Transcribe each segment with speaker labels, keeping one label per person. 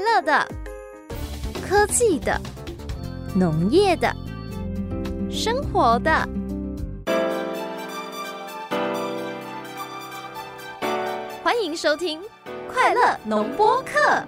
Speaker 1: 乐的、科技的、农业的、生活的。欢迎收听《快乐农播课》。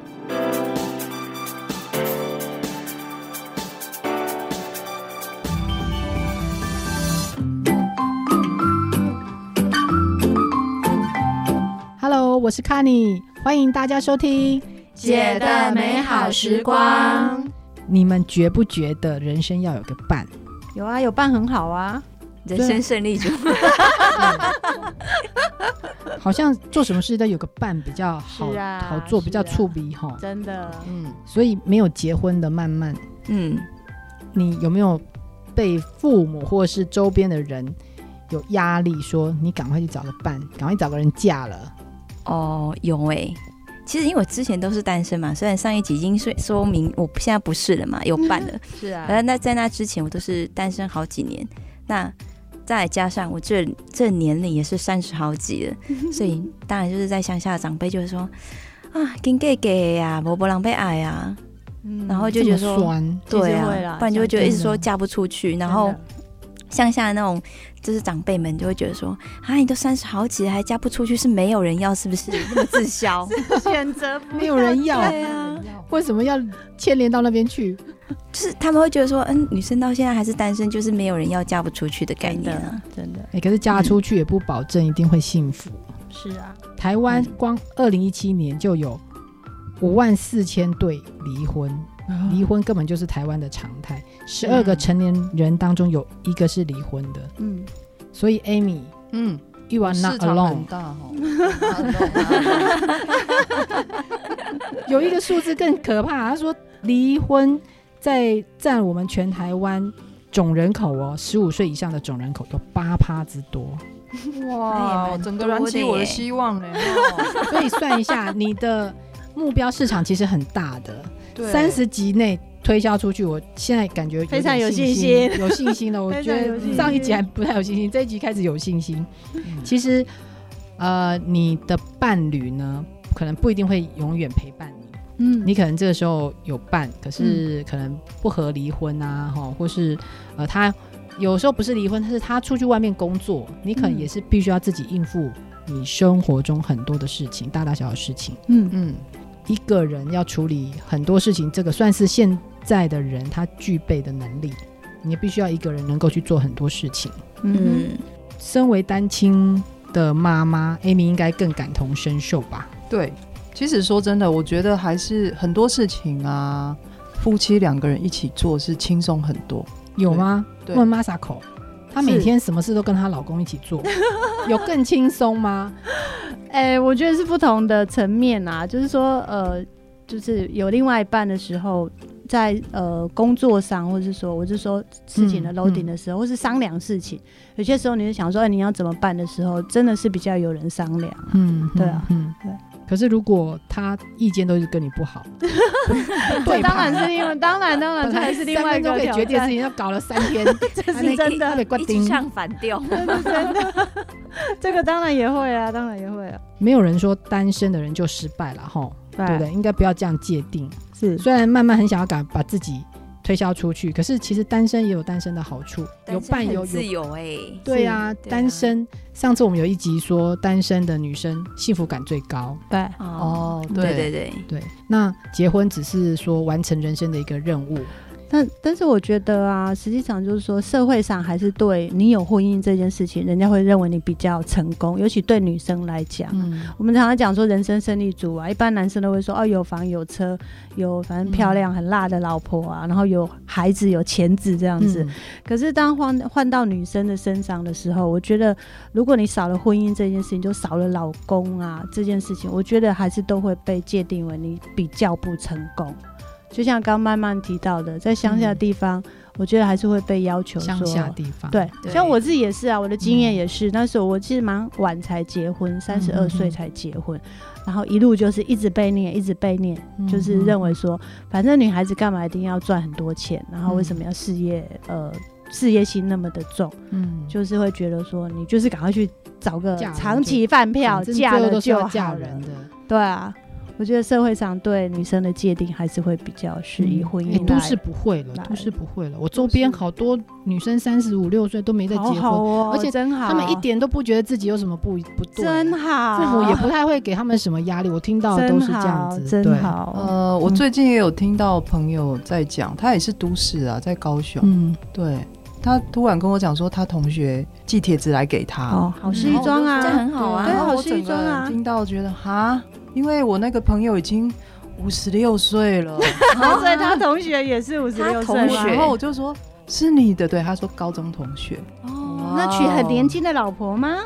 Speaker 2: Hello，我是 Kani，欢迎大家收听。
Speaker 3: 姐的美好时光。
Speaker 2: 你们觉不觉得人生要有个伴？
Speaker 3: 有啊，有伴很好啊。
Speaker 4: 人生胜利组，
Speaker 2: 好像做什么事都有个伴比较好，
Speaker 3: 是啊
Speaker 2: 好做，比较
Speaker 3: 是啊
Speaker 2: 触鼻哈。
Speaker 3: 真的，
Speaker 2: 嗯，所以没有结婚的慢慢，
Speaker 4: 嗯，
Speaker 2: 你有没有被父母或是周边的人有压力说你赶快去找个伴，赶快找个人嫁了？
Speaker 4: 哦，有诶、其实因为我之前都是单身嘛，虽然上一集已经说说明我现在不是了嘛，有伴了，呃
Speaker 3: 是啊，
Speaker 4: 而那在那之前我都是单身好几年，那再加上我这这年龄也是三十好几了，所以当然就是在乡下的长辈就会说啊，跟 gay gay 呀，伯伯狼狈矮啊，
Speaker 3: 嗯
Speaker 4: 然后就觉得
Speaker 2: 这么
Speaker 4: 说
Speaker 2: 酸，
Speaker 3: 其实
Speaker 4: 对
Speaker 3: 会啦
Speaker 4: 啊，不然就会觉得一直
Speaker 2: 真的
Speaker 4: 说嫁不出去，然后。乡下那种就是长辈们就会觉得说，啊，你都三十好几了还嫁不出去，是没有人要是不是？那么自销，
Speaker 3: 真的选择不
Speaker 2: 没有人要，
Speaker 4: 对啊，
Speaker 2: 为什么要牵连到那边去？
Speaker 4: 就是他们会觉得说，嗯，女生到现在还是单身，就是没有人要嫁不出去的概
Speaker 3: 真
Speaker 4: 念啊
Speaker 3: 的。，真的
Speaker 2: 哎、可是嫁出去也不保证一定会幸福。
Speaker 3: 是啊，
Speaker 2: 台湾
Speaker 4: 嗯
Speaker 2: 光二零一七年就有五万四千对离婚，离婚根本就是台湾的常态。十二
Speaker 5: 嗯
Speaker 2: 个成年人当中有一个是离婚的，
Speaker 3: 嗯，
Speaker 2: 所以 Amy。
Speaker 5: 嗯，
Speaker 2: You are
Speaker 5: 市
Speaker 2: not
Speaker 5: 场很
Speaker 2: alone。
Speaker 5: 大哦，很大哦
Speaker 2: 有一个数字更可怕，他说离婚在占我们全台湾总人口哦，十五岁以上的总人口有八趴之多。
Speaker 3: 哎
Speaker 4: 那也
Speaker 5: 哇，
Speaker 4: 蛮
Speaker 5: 整个燃起我的希望哎， 哦
Speaker 2: 所以算一下，你的目标市场其实很大的。
Speaker 5: 对
Speaker 2: 三十集内推销出去，我现在感觉
Speaker 3: 非常有
Speaker 2: 信
Speaker 3: 信
Speaker 2: 心，有信心了。我
Speaker 3: 非
Speaker 2: 觉
Speaker 3: 常有
Speaker 2: 得
Speaker 3: 信
Speaker 2: 上一集
Speaker 3: 心
Speaker 2: 还不太有信心，这一集开始有信心。
Speaker 5: 嗯
Speaker 2: 其实，呃，你的伴侣呢，可能不一定会永远陪伴你。
Speaker 3: 嗯
Speaker 2: 你可能这个时候有伴，可是可能不合离婚啊，哈、或是呃，他有时候不是离婚，但是他出去外面工作，你可能
Speaker 3: 嗯
Speaker 2: 也是必须要自己应付你生活中很多的事情，大大小小的事情。
Speaker 3: 嗯
Speaker 5: 嗯
Speaker 2: 一个人要处理很多事情，这个算是现在的人他具备的能力。你必须要一个人能够去做很多事情。
Speaker 3: 嗯，
Speaker 4: 嗯，
Speaker 2: 身为单亲的妈妈，Amy 应该更感同身受吧？
Speaker 5: 对，其实说真的，我觉得还是很多事情啊，夫妻两个人一起做是轻松很多。
Speaker 2: 有吗？
Speaker 5: 对
Speaker 2: 问 Masako，她每
Speaker 3: 是
Speaker 2: 天什么事都跟她老公一起做，有更轻松 吗？
Speaker 3: 哎，我觉得是不同的层面啊，就是说，呃，就是有另外一半的时候。在呃工作上，或是说，我是说事情的
Speaker 2: 嗯
Speaker 3: loading
Speaker 2: 嗯
Speaker 3: 的时候，或是商量事情，有些时候你是想说，哎、你要怎么办的时候，真的是比较有人商量。
Speaker 2: 嗯，
Speaker 3: 对啊，
Speaker 2: 嗯
Speaker 3: 对。
Speaker 2: 可是如果他意见都是跟你不 好，对
Speaker 3: 这当
Speaker 2: 盘
Speaker 3: 然是另外，当然当然，
Speaker 2: 本
Speaker 3: 这
Speaker 2: 来
Speaker 3: 还是另外一
Speaker 2: 三
Speaker 3: 个
Speaker 2: 分钟可以决定的
Speaker 3: 挑
Speaker 2: 事
Speaker 3: 战
Speaker 2: 情，要搞了三 天，
Speaker 3: 这是真的，
Speaker 2: 被挂
Speaker 4: 嗯一
Speaker 2: 钉
Speaker 4: 直。唱反调，
Speaker 3: 这个当然也会啊，当然也会啊，
Speaker 2: 没有人说单身的人就失败了哈，
Speaker 3: 对
Speaker 2: 对不对？应该不要这样界定。
Speaker 3: 是
Speaker 2: 虽然慢慢很想要赶把自己推销出去，可是其实单身也有单身的好处，有伴
Speaker 4: 很
Speaker 2: 有
Speaker 4: 自
Speaker 2: 有。
Speaker 4: 由哎、
Speaker 2: 对啊，
Speaker 4: 对啊
Speaker 2: 单身。上次我们有一集说单身的女生幸福感最高，
Speaker 3: 对，
Speaker 4: 哦，对对
Speaker 5: 对
Speaker 4: 对，
Speaker 2: 对。那结婚只是说完成人生的一个任务，
Speaker 3: 但但是我觉得啊，实际上就是说，社会上还是对你有婚姻这件事情，人家会认为你比较成功，尤其对女生来讲。
Speaker 2: 嗯，
Speaker 3: 我们常常讲说人生胜利组啊，一般男生都会说哦，有房有车，有反正漂亮很辣的老婆啊，然后有孩子有钱子这样
Speaker 2: 嗯
Speaker 3: 子。可是当换换到女生的身上的时候，我觉得如果你少了婚姻这件事情，就少了老公啊这件事情，我觉得还是都会被界定为你比较不成功。就像刚慢慢提到的，在乡下
Speaker 2: 嗯
Speaker 3: 地方，我觉得还是会被要求
Speaker 2: 乡
Speaker 3: 说。
Speaker 2: 下地方，
Speaker 3: 对，
Speaker 4: 对
Speaker 3: 像我自己也是啊，我的经验也是，那时候我其实蛮晚才结婚，三十
Speaker 2: 嗯嗯
Speaker 3: 二
Speaker 2: 嗯
Speaker 3: 岁才结婚，然后一路就是一直被念，一直被念，
Speaker 2: 嗯
Speaker 3: 就是认为说，反正女孩子干嘛一定要赚很多钱，然后为什么要事业、呃事业心那么的重，
Speaker 2: 嗯，
Speaker 3: 就是会觉得说你就是赶快去找个
Speaker 2: 嫁人
Speaker 3: 长期饭票
Speaker 2: 反正
Speaker 3: 嫁
Speaker 2: 最后
Speaker 3: 了
Speaker 2: 都是要
Speaker 3: 就好
Speaker 2: 嫁
Speaker 3: 了
Speaker 2: 人的。
Speaker 3: 对啊，我觉得社会上对女生的界定还是会比较适宜婚
Speaker 2: 诶
Speaker 3: 姻
Speaker 2: 嗯哎都
Speaker 3: 来
Speaker 2: 市不会了
Speaker 3: 来，
Speaker 2: 都市不会了。我周边好多女生三十五六岁都没在结
Speaker 3: 好
Speaker 2: 婚，
Speaker 3: 好哦，
Speaker 2: 而且
Speaker 3: 真好，
Speaker 2: 她们一点都不觉得自己有什么不不对，
Speaker 3: 真好，
Speaker 2: 父母也不太会给他们什么压力。我听到的都是
Speaker 3: 真
Speaker 2: 这样
Speaker 3: 好，
Speaker 2: 子，对
Speaker 3: 真，好，哦
Speaker 5: 呃，我
Speaker 2: 嗯
Speaker 5: 最近也有听到朋友在讲，他也是都市啊，在高雄。
Speaker 2: 嗯，
Speaker 5: 对他突然跟我讲说，他同学寄帖子来给他，
Speaker 3: 哦，好西
Speaker 4: 然后我就
Speaker 3: 装
Speaker 4: 这
Speaker 3: 啊，
Speaker 4: 很好啊。
Speaker 3: 对
Speaker 5: 然后
Speaker 3: 好
Speaker 5: 我
Speaker 3: 西
Speaker 5: 整个
Speaker 3: 装啊
Speaker 5: 人听到觉得哈，因为我那个朋友已经五十六岁了，
Speaker 3: 哦所以
Speaker 2: 啊
Speaker 3: 他啊同学也是五十六
Speaker 4: 他
Speaker 3: 岁
Speaker 4: 同
Speaker 3: 吗，
Speaker 4: 学
Speaker 5: 然后我就说是你的，对，他说高中同学，
Speaker 3: 哦，那娶很年轻的老婆吗？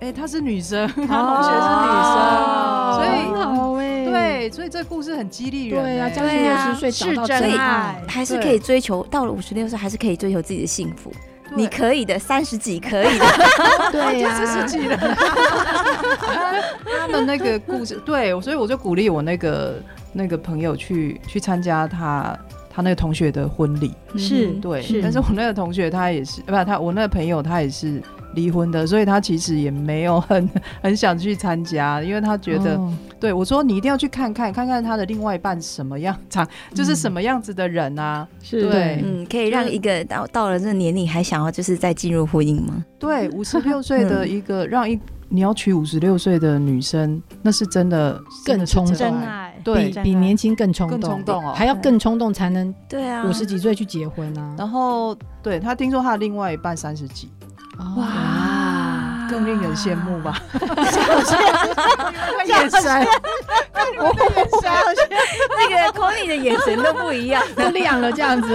Speaker 5: 哎、她是女生， 她同学
Speaker 3: 哦
Speaker 5: 是女生，所以。
Speaker 3: 好哎，
Speaker 5: 对，所以这故事很激励人、
Speaker 2: 对啊，
Speaker 5: 哎
Speaker 2: 将近
Speaker 4: 对
Speaker 2: 六
Speaker 4: 啊
Speaker 2: 十岁找到
Speaker 3: 是真
Speaker 2: 真
Speaker 3: 爱
Speaker 2: 爱，
Speaker 4: 还是可以追求，到了五十六岁还是可以追求自己的幸福。你可以的，三十几可以的。
Speaker 5: 啊
Speaker 2: 对
Speaker 3: 啊
Speaker 2: 呀，
Speaker 5: 己 了。他们那个故事，对，所以我就鼓励我那个那个朋友去去参加他他那个同学的婚礼。
Speaker 4: 嗯
Speaker 3: 是
Speaker 5: 对，
Speaker 3: 是
Speaker 5: 但是我那个同学他也是，呃不，他我那个朋友他也是离婚的，所以他其实也没有很 很想去参加，因为他觉得，
Speaker 2: 哦
Speaker 5: 对我说你一定要去看看，看看他的另外一半什么样，长就是什么样子的人啊。
Speaker 3: 是
Speaker 5: 对
Speaker 4: 嗯，可以让一个到到了这个年龄还想要就是再进入婚姻吗？
Speaker 5: 对，五十六岁的一个让一你要娶五十六岁的女生，那是真的
Speaker 2: 更冲动
Speaker 3: 真爱，
Speaker 5: 对
Speaker 2: 比
Speaker 3: 真
Speaker 2: 比
Speaker 3: 爱
Speaker 2: 年轻更冲
Speaker 5: 更
Speaker 2: 动，
Speaker 5: 冲动哦
Speaker 2: 还要更冲动才能
Speaker 4: 对啊
Speaker 2: 五十几岁去结婚啊！
Speaker 5: 然后对他听说他的另外一半三十几，
Speaker 2: 哇，
Speaker 3: 哇
Speaker 5: 更令人羡慕吧？
Speaker 3: 眼神，我的眼神，
Speaker 4: 那个 Conny 的眼神都不一样。
Speaker 2: 都亮了这样子。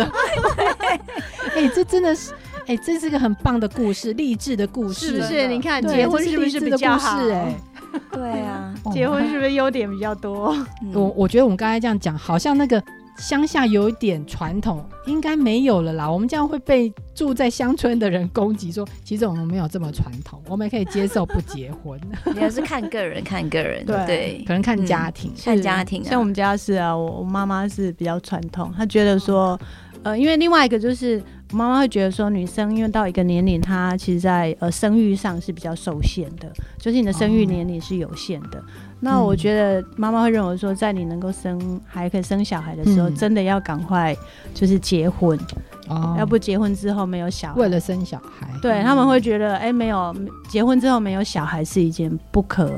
Speaker 2: 哎，这真的是，哎，这是个很棒的故事，励志的故事，
Speaker 3: 是不是？
Speaker 5: 真的
Speaker 3: 你看
Speaker 2: 对
Speaker 3: 结婚
Speaker 2: 这
Speaker 3: 不
Speaker 2: 励
Speaker 3: 是
Speaker 2: 志
Speaker 3: 比
Speaker 2: 的
Speaker 3: 较
Speaker 2: 故
Speaker 3: 好？
Speaker 2: 事？哎，
Speaker 4: 对啊，
Speaker 2: 哦
Speaker 3: 结婚是不是优点比较多？
Speaker 4: 嗯
Speaker 2: 我我觉得我们刚才这样讲，好像那个乡下有一点传统，应该没有了啦。我们这样会被住在乡村的人攻击说，其实我们没有这么传统，我们也可以接受不结婚，
Speaker 4: 也是看个人，看个人，
Speaker 3: 对
Speaker 4: 对
Speaker 2: 可，能
Speaker 3: 嗯
Speaker 2: 看家庭。
Speaker 4: 看家庭
Speaker 3: 像我
Speaker 4: 啊。
Speaker 3: 们家是啊，我我妈妈是比较传统，她觉得说，呃，因为另外一个就是我妈妈会觉得说，女生因为到一个年龄，她其实在呃生育上是比较受限的，就是你的生育年龄是有限的。那我觉得妈妈会认为说，在你能够生还可以生小孩的时候，
Speaker 2: 嗯
Speaker 3: 真的要赶快就是结婚，
Speaker 2: 哦
Speaker 3: 要不结婚之后没有小孩
Speaker 2: 为，了生小孩，
Speaker 3: 对他们会觉得，哎、没有结婚之后没有小孩是一件不可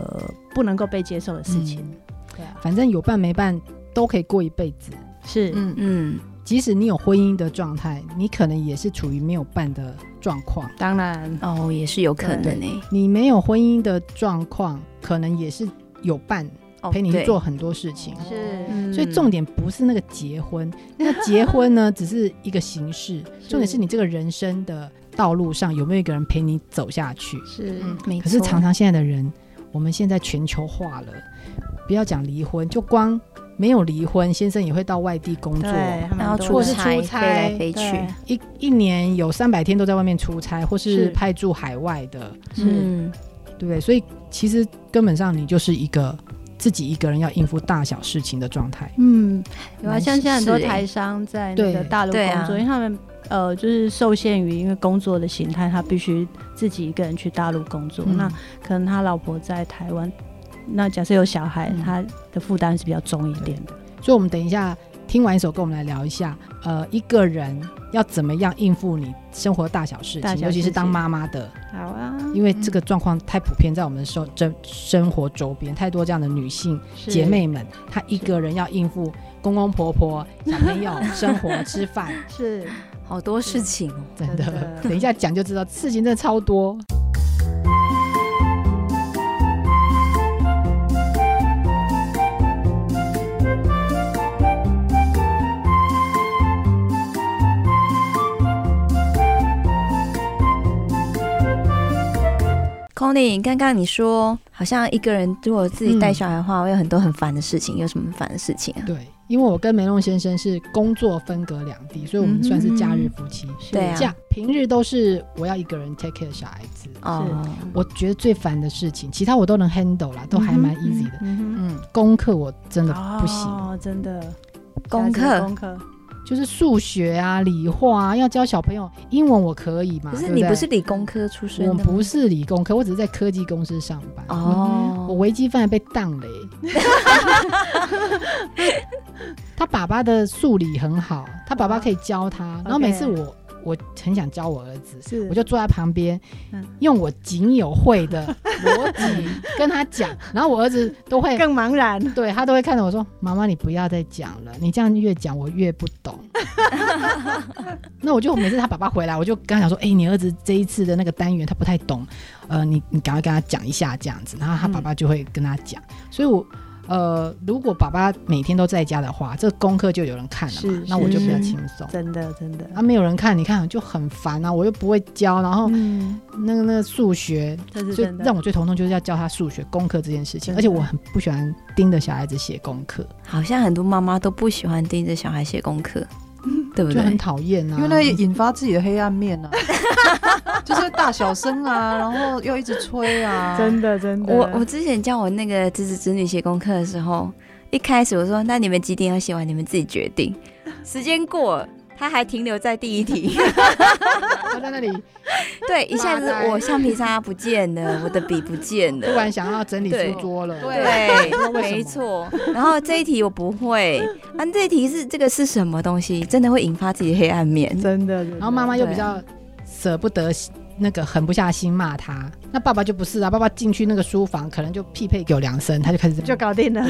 Speaker 3: 不能够被接受的事情。
Speaker 2: 嗯
Speaker 3: 对啊，
Speaker 2: 反正有伴没伴都可以过一辈子。
Speaker 3: 是，
Speaker 5: 嗯，
Speaker 4: 嗯，
Speaker 2: 即使你有婚姻的状态，你可能也是处于没有伴的状况。
Speaker 3: 当然。
Speaker 4: 哦，也是有可能欸诶。
Speaker 2: 你没有婚姻的状况，可能也是有伴
Speaker 4: 哦
Speaker 2: 陪你去
Speaker 4: 对
Speaker 2: 做很多事情。
Speaker 3: 是
Speaker 4: 嗯
Speaker 2: 所以重点不是那个结婚，
Speaker 3: 嗯
Speaker 2: 那个结婚呢只是一个形式，重点是你这个人生的道路上有没有一个人陪你走下去。
Speaker 3: 是
Speaker 5: 嗯
Speaker 4: 没
Speaker 2: 可是
Speaker 4: 错
Speaker 2: 常常现在的人，我们现在全球化了，不要讲离婚，就光没有离婚，先生也会到外地工作，
Speaker 3: 对，
Speaker 4: 然后
Speaker 2: 或
Speaker 4: 出
Speaker 2: 是
Speaker 4: 差，
Speaker 2: 出
Speaker 4: 飞
Speaker 2: 差
Speaker 4: 来飞去，
Speaker 2: 一一年有三百天都在外面出差，或
Speaker 3: 是
Speaker 2: 是派驻海外的，
Speaker 3: 是
Speaker 4: 嗯，
Speaker 2: 对不对？所以其实根本上你就是一个自己一个人要应付大小事情的状态。
Speaker 3: 嗯，有啊，
Speaker 4: 蛮
Speaker 3: 像现在很多
Speaker 4: 是欸
Speaker 3: 台商在那个
Speaker 2: 对
Speaker 3: 大陆
Speaker 4: 对啊
Speaker 3: 工作，因为他们呃就是受限于因为工作的形态，他必须自己一个人去大陆工作，
Speaker 2: 嗯
Speaker 3: 那可能他老婆在台湾。那假设有小孩，
Speaker 2: 嗯
Speaker 3: 他的负担是比较重一点的。
Speaker 2: 所以我们等一下听完一首歌，我们来聊一下，呃，一个人要怎么样应付你生活大小事
Speaker 3: 大
Speaker 2: 情，
Speaker 3: 小事情
Speaker 2: 尤其是当妈妈的，
Speaker 3: 好啊，
Speaker 2: 因为这个状况太普遍，在我们的生生生活周边，太多这样的女性
Speaker 3: 是
Speaker 2: 姐妹们，她一个人要应付公公婆婆、小朋友、生活、吃 饭，
Speaker 3: 是
Speaker 4: 好多事情哦。
Speaker 2: 真的，
Speaker 3: 真的
Speaker 2: 等一下讲就知道，事情真的超多。
Speaker 4: Conny，刚刚你说好像一个人如果自己带小孩的话，会有很多很烦的事情，有什么烦的事情啊？
Speaker 2: 对，因为我跟梅弄先生是工作分隔两地，所以我们算是假日夫妻。
Speaker 4: 对
Speaker 3: 嗯
Speaker 4: 啊
Speaker 2: 假、平日都是我要一个人 take care 小孩子。
Speaker 4: 哦，
Speaker 2: 我觉得最烦的事情，其他我都能 handle 啦，都还蛮
Speaker 3: 嗯哼
Speaker 2: easy 的。
Speaker 3: 嗯哼哦
Speaker 5: 嗯，
Speaker 2: 功课我真的不行，
Speaker 3: 哦，真的
Speaker 4: 功
Speaker 3: 家
Speaker 4: 课
Speaker 3: 庭功课
Speaker 2: 就是数学啊、理化啊，要教小朋友英文我可以嘛？
Speaker 4: 可是
Speaker 2: 对
Speaker 4: 你
Speaker 2: 对
Speaker 4: 不是理工科出身
Speaker 2: 我
Speaker 4: 的吗？
Speaker 2: 不是理工科，我只是在科技公司上班。我
Speaker 4: 哦，
Speaker 2: 微积分还被当 嘞。他爸爸的数理很好，他爸爸可以教他。
Speaker 4: 哦
Speaker 2: 然后每次我我很想教我儿子，
Speaker 3: 是
Speaker 2: 我就坐在旁边
Speaker 3: 嗯，
Speaker 2: 用我仅有会的逻辑跟他讲。然后我儿子都会，
Speaker 3: 更茫然。
Speaker 2: 对他都会看着我说：“妈妈，你不要再讲了，你这样越讲我越不 懂。”那我就每次他爸爸回来，我就跟他讲说：“哎、你儿子这一次的那个单元他不太懂，呃，你你赶快跟他讲一下这样子。”然后他爸爸就会跟他讲。所以我，呃，如果爸爸每天都在家的话，这功课就有人看了
Speaker 3: 是
Speaker 2: 嘛，那我就比较
Speaker 4: 是
Speaker 2: 轻松。
Speaker 3: 真的，真的。
Speaker 2: 啊，没有人看，你看就很烦啊！我又不会教，然后
Speaker 3: 嗯，
Speaker 2: 那个那个数学，
Speaker 3: 哦这是
Speaker 2: 最
Speaker 3: 真的。
Speaker 2: 让我最头痛就是要教他数学功课这件事情，
Speaker 3: 真
Speaker 2: 而
Speaker 3: 的
Speaker 2: 且我很不喜欢盯着小孩子写功课，
Speaker 4: 好像很多妈妈都不喜欢盯着小孩写功课，对不
Speaker 2: 就
Speaker 4: 对？
Speaker 2: 很讨厌啊。
Speaker 5: 因为那也引发自己的黑暗面啊， 就是大小声啊，然后又一直吹 啊，
Speaker 3: 真的，真的。
Speaker 4: 我我之前教我那个侄子侄女写功课的时候，一开始我说：“那你们几点要写完，你们自己决定。” 时间过了，他还停留在第一 题。
Speaker 2: 他在那里
Speaker 4: 对，一下子
Speaker 2: 妈呆
Speaker 4: 我橡皮擦不见了，我的笔不见
Speaker 2: 突
Speaker 4: 了。
Speaker 2: 然想要整理
Speaker 4: 对
Speaker 2: 书桌了，
Speaker 5: 对
Speaker 4: 对
Speaker 2: 不知道，为什么
Speaker 4: 没错。然后这一题我 不会，啊，这一题是这个是什么东西？真的会引发自己的黑暗面。
Speaker 3: 真的，真的
Speaker 2: 然后妈妈又比
Speaker 4: 对
Speaker 2: 较舍不得，那个狠不下心骂他。那爸爸就不是啊，爸爸进去那个书房，可能就匹配有两声，他就开始
Speaker 3: 就
Speaker 2: 就
Speaker 3: 搞定了。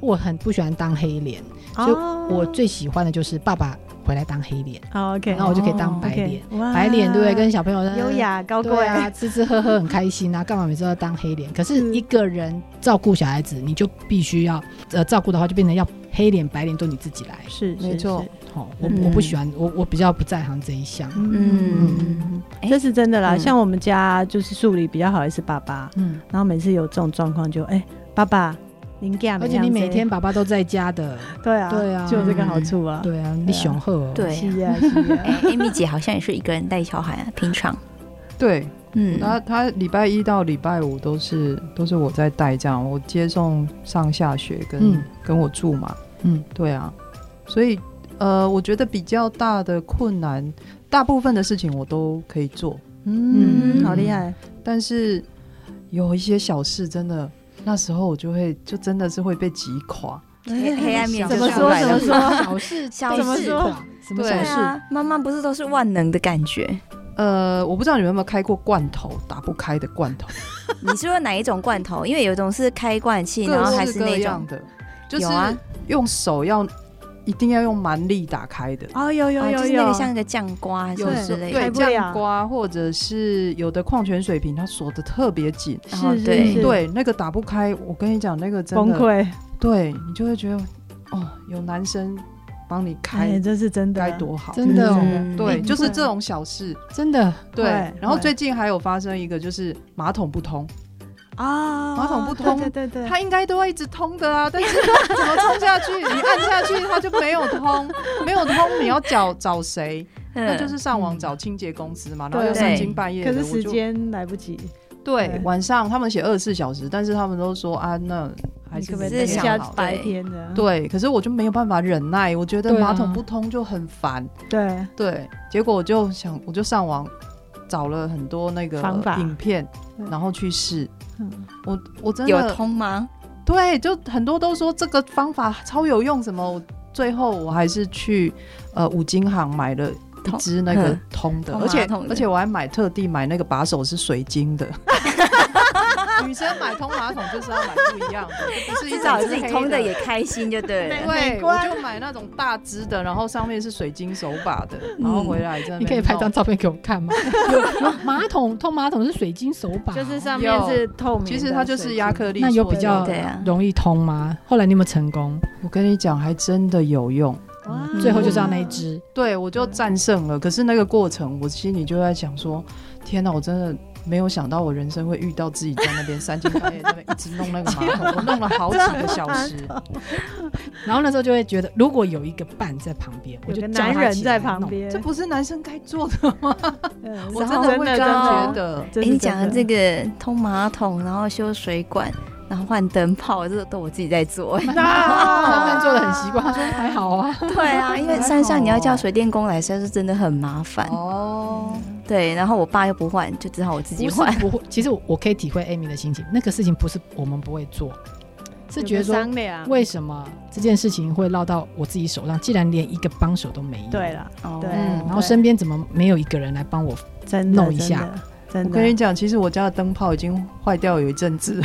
Speaker 2: 我很不喜欢当黑脸，就
Speaker 3: 哦
Speaker 2: 我最喜欢的就是爸爸回来当黑脸，
Speaker 3: 好 OK，
Speaker 2: 然后我就可以
Speaker 4: 哦
Speaker 2: 当白
Speaker 3: OK，
Speaker 2: 脸。
Speaker 3: 哇
Speaker 2: 白脸对不对？跟小朋友在那
Speaker 3: 啊优雅高贵
Speaker 2: 对啊，吃吃喝喝很开心啊，干嘛每次都要当黑脸？可
Speaker 3: 是
Speaker 2: 是一个人照顾小孩子，你就必须要呃照顾的话，就变成要黑脸白脸都你自己来。
Speaker 3: 是
Speaker 5: 没错，
Speaker 3: 是是
Speaker 2: 哦，我
Speaker 4: 嗯
Speaker 2: 我不喜欢，我我比较不在行这一项。
Speaker 3: 嗯
Speaker 4: 嗯。哎
Speaker 3: 这是真的啦，
Speaker 4: 嗯
Speaker 3: 像我们家就是数理比较好的是爸爸，
Speaker 2: 嗯，
Speaker 3: 然后每次有这种状况就哎、爸爸，您干嘛
Speaker 2: 而
Speaker 3: 这
Speaker 2: 且
Speaker 3: 样
Speaker 2: 你
Speaker 3: 子？
Speaker 2: 每天爸爸都在家的，
Speaker 3: 对啊，
Speaker 2: 对啊
Speaker 3: 就有这个好处啊，
Speaker 2: 对啊，你雄鹤哦，
Speaker 4: 对
Speaker 3: 是啊是
Speaker 4: 哎
Speaker 3: 啊，
Speaker 4: ，Amy 姐好像也是一个人带小孩啊，平常，
Speaker 5: 对。
Speaker 4: 嗯，
Speaker 5: 那他礼拜一到礼拜五都是都是我在带这样，我接送上下学跟、
Speaker 2: 嗯
Speaker 5: 跟我住嘛，
Speaker 2: 嗯，
Speaker 5: 对啊，所以呃，我觉得比较大的困难，大部分的事情我都可以做，
Speaker 3: 嗯，
Speaker 4: 嗯
Speaker 3: 好厉害，
Speaker 5: 但是有一些小事真的，那时候我就会就真的是会被击垮，
Speaker 4: 黑黑暗面
Speaker 2: 怎么
Speaker 4: 就
Speaker 2: 说
Speaker 4: 上来
Speaker 2: 怎
Speaker 4: 了
Speaker 2: 么说小事
Speaker 4: 小
Speaker 2: 怎么
Speaker 4: 事
Speaker 2: 说什么
Speaker 5: 对
Speaker 2: 小
Speaker 4: 对
Speaker 2: 事？
Speaker 3: 嗯
Speaker 4: 啊，妈妈不是都是万能的感觉？
Speaker 5: 呃，我不知道你们有没有开过罐头打不开的罐头，
Speaker 4: 你是说哪一种罐头？因为有一种是开罐器，然
Speaker 5: 各
Speaker 4: 后还
Speaker 5: 式
Speaker 4: 是
Speaker 5: 各
Speaker 4: 那
Speaker 5: 样
Speaker 4: 种
Speaker 5: 的，就是
Speaker 4: 有啊
Speaker 5: 用手要一定要用蛮力打开的。
Speaker 3: 哦有有
Speaker 4: 啊，
Speaker 3: 有有，
Speaker 4: 就是那个像一个酱瓜还是
Speaker 5: 有
Speaker 4: 什么
Speaker 3: 对
Speaker 4: 之类
Speaker 5: 对
Speaker 4: 的。
Speaker 3: 开胃啊
Speaker 5: 酱瓜，或者是有的矿泉水瓶，它锁的特别紧，
Speaker 3: 是
Speaker 4: 哦
Speaker 3: 是
Speaker 4: 对
Speaker 3: 是
Speaker 5: 对，那个打不开。我跟你讲，那个真
Speaker 3: 崩
Speaker 5: 的，
Speaker 3: 溃，
Speaker 5: 对你就会觉得，哦，有男生帮你
Speaker 3: 哎
Speaker 5: 开，
Speaker 3: 这是真的，
Speaker 5: 该多好。
Speaker 2: 真的哦，
Speaker 4: 嗯
Speaker 5: 对，
Speaker 3: 嗯
Speaker 5: 就是这种小事。
Speaker 2: 真的
Speaker 5: 对
Speaker 3: 会，
Speaker 5: 然后
Speaker 3: 会
Speaker 5: 最近还有发生一个，就是马桶不通，
Speaker 3: 啊，
Speaker 5: 马桶不通
Speaker 3: 对对对对，
Speaker 5: 它应该都会一直通的啊，但 是怎么冲下去？你按下去它就没有通， 没有通，你要找找谁？那
Speaker 4: 嗯
Speaker 5: 就是上网找清洁公司嘛，然
Speaker 3: 对
Speaker 5: 后又三
Speaker 4: 对
Speaker 5: 更半夜
Speaker 3: 可
Speaker 5: 的，
Speaker 3: 是
Speaker 5: 我
Speaker 3: 时
Speaker 5: 就
Speaker 3: 间来不及，对
Speaker 5: 对，晚上他们写二十四小时，但是他们都说啊，那还
Speaker 3: 你
Speaker 5: 是
Speaker 3: 可不可以
Speaker 4: 只
Speaker 3: 等一
Speaker 4: 是
Speaker 5: 自己
Speaker 3: 下
Speaker 5: 想
Speaker 4: 好
Speaker 3: 白天的？
Speaker 5: 对，可是我就没有办法忍耐，我觉得
Speaker 2: 对啊
Speaker 5: 马桶不通就很烦。
Speaker 3: 对，
Speaker 5: 对，结果我就想，我就上网找了很多那个
Speaker 3: 方法
Speaker 5: 影片
Speaker 3: 对，
Speaker 5: 然后去试。
Speaker 3: 嗯
Speaker 5: 我我真
Speaker 4: 有
Speaker 5: 的
Speaker 4: 通吗？
Speaker 5: 对，就很多都说这个方法超有用，什么？我最后我还是去呃五金行买了。一
Speaker 4: 通
Speaker 5: 支那个
Speaker 4: 嗯
Speaker 5: 通的，
Speaker 4: 通
Speaker 5: 而且
Speaker 4: 马桶的
Speaker 5: 而且我还买特地买那个把手是水 晶的。女生买通马桶就是要买不一样的，就不是一
Speaker 4: 至少
Speaker 5: 整只
Speaker 4: 自己
Speaker 5: 黑
Speaker 4: 通的也开心就对了。
Speaker 5: 对，
Speaker 3: 美
Speaker 5: 我
Speaker 3: 观
Speaker 5: 就买那种大只的，然后上面是水晶手把的，然
Speaker 4: 嗯
Speaker 5: 后回来真的
Speaker 2: 你可以拍张照片给我看吗？有马桶通马桶是水晶手把，哦
Speaker 3: 就是上
Speaker 5: 面
Speaker 3: 面
Speaker 5: 是
Speaker 3: 是透明，
Speaker 5: 其实它就是亚克力做
Speaker 2: 那
Speaker 5: 的，
Speaker 2: 有比较
Speaker 4: 对啊，
Speaker 2: 容易通吗？后来你有没有成功？
Speaker 5: 我跟你讲，还真的有用。
Speaker 3: 哇
Speaker 2: 最后就知道那一只，
Speaker 5: 对，我就战胜了。可是那个过程，我心里就在想说，天哪，我真的没有想到我人生会遇到自己在那边三更半夜在那边一直弄那个马桶，我弄了好几个小 时。
Speaker 2: 然后那时候就会觉得，如果有一个伴在旁边，我
Speaker 3: 有
Speaker 2: 就
Speaker 3: 个
Speaker 2: 叫他
Speaker 3: 男人
Speaker 2: 起来
Speaker 3: 在旁
Speaker 2: 弄，
Speaker 3: 边
Speaker 5: 这，不是男生该做的吗？
Speaker 3: 嗯
Speaker 5: 我真的会这样觉得。
Speaker 4: 哎、
Speaker 3: 真是
Speaker 4: 你讲的
Speaker 3: 真
Speaker 4: 这个通马桶，然后修水管，然后换灯泡，这都我自己在 做。
Speaker 2: 慢
Speaker 3: 啊
Speaker 2: 慢做的很习惯，他说还好啊，
Speaker 4: 对啊，因为山上你要叫水电工来，实在是真的很麻烦。
Speaker 5: 哦，
Speaker 4: 对，然后我爸又不换，就只好我自己
Speaker 2: 不
Speaker 4: 换
Speaker 2: 是。不会。其实我我可以体会 Amy 的心情，那个事情不是我们不会做，是觉得
Speaker 3: 有个
Speaker 2: 说
Speaker 3: 商量。
Speaker 2: 为什么这件事情会落到我自己手上？既然连一个帮手都没有，
Speaker 3: 对啦，
Speaker 4: 哦
Speaker 3: 对
Speaker 2: 嗯，然后
Speaker 3: 对
Speaker 2: 身边怎么没有一个人来帮我？
Speaker 3: 真的
Speaker 2: 弄一下，
Speaker 3: 真
Speaker 5: 我
Speaker 3: 的
Speaker 5: 跟
Speaker 3: 真
Speaker 5: 你
Speaker 3: 的。
Speaker 5: 讲，其实我家的灯泡已经坏掉有一阵 子了，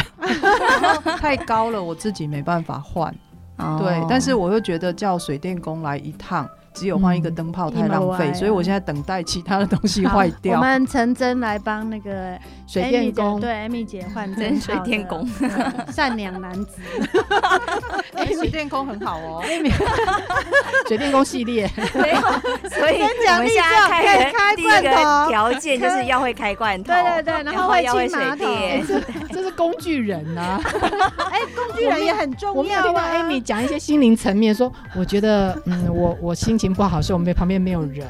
Speaker 5: 然后太高了，我自己没办法换。
Speaker 4: 哦
Speaker 5: 对，但是我又觉得叫水电工来一趟，只有换一个灯泡
Speaker 3: 嗯
Speaker 5: 太浪
Speaker 3: 一毛
Speaker 5: 费，
Speaker 3: 啊
Speaker 5: 所以我现在等待其他的东西
Speaker 3: 好
Speaker 5: 坏
Speaker 3: 我
Speaker 5: 掉。
Speaker 3: 们陈真来帮那个
Speaker 2: 水电
Speaker 3: Amy 姐
Speaker 2: 工，
Speaker 3: 对 Amy 姐换
Speaker 4: 真
Speaker 3: 灯
Speaker 4: 水
Speaker 3: 泡
Speaker 4: 电
Speaker 3: 的
Speaker 4: 工，
Speaker 3: 对善良男 子。
Speaker 5: 哎，水电工很好哦。
Speaker 2: 水电工系 列，
Speaker 4: 没有，所以
Speaker 3: 跟奖
Speaker 4: 我们
Speaker 3: 励
Speaker 4: 现
Speaker 3: 就
Speaker 4: 在
Speaker 3: 可以
Speaker 4: 开
Speaker 3: 开
Speaker 4: 的第一
Speaker 3: 罐
Speaker 4: 个
Speaker 3: 头，
Speaker 4: 条件就是要会开罐头，
Speaker 3: 对对对，然后会
Speaker 4: 要会
Speaker 3: 清
Speaker 4: 水
Speaker 3: 马桶，
Speaker 4: 电，
Speaker 2: 这是工具人 啊。
Speaker 3: 哎，工具人也很
Speaker 2: 我
Speaker 3: 重
Speaker 2: 们有
Speaker 3: 要
Speaker 2: 听到
Speaker 3: 啊。
Speaker 2: Amy 讲一些心灵层面，说我觉得，嗯，我我心情不好，是我们旁边没有人，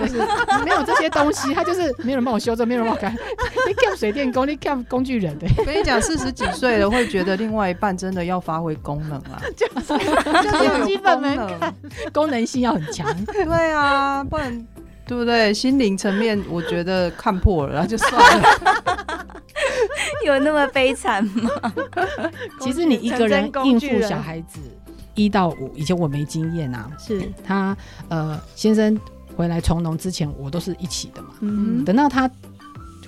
Speaker 2: 或者 是没有这些东西，他就是没有人帮我修这，没有人帮我改。 你干水电工，你干工具人的，
Speaker 5: 我跟你讲，四十几岁了会觉得另外一半真的要发挥功能啦，
Speaker 3: 就是有 基本门槛
Speaker 5: 功能。
Speaker 2: 功能性要很 强。
Speaker 5: 对啊，不然对不对？心灵层面我觉得看破了，然后就算了。
Speaker 4: 有那么悲 惨吗？
Speaker 2: 其实你一个人应
Speaker 3: 工具
Speaker 2: 付
Speaker 3: 人
Speaker 2: 小孩子一到五，以前我没经验啊，
Speaker 3: 是，
Speaker 2: 他呃先生回来从农之前，我都是一起的嘛。
Speaker 3: 嗯
Speaker 2: 等到他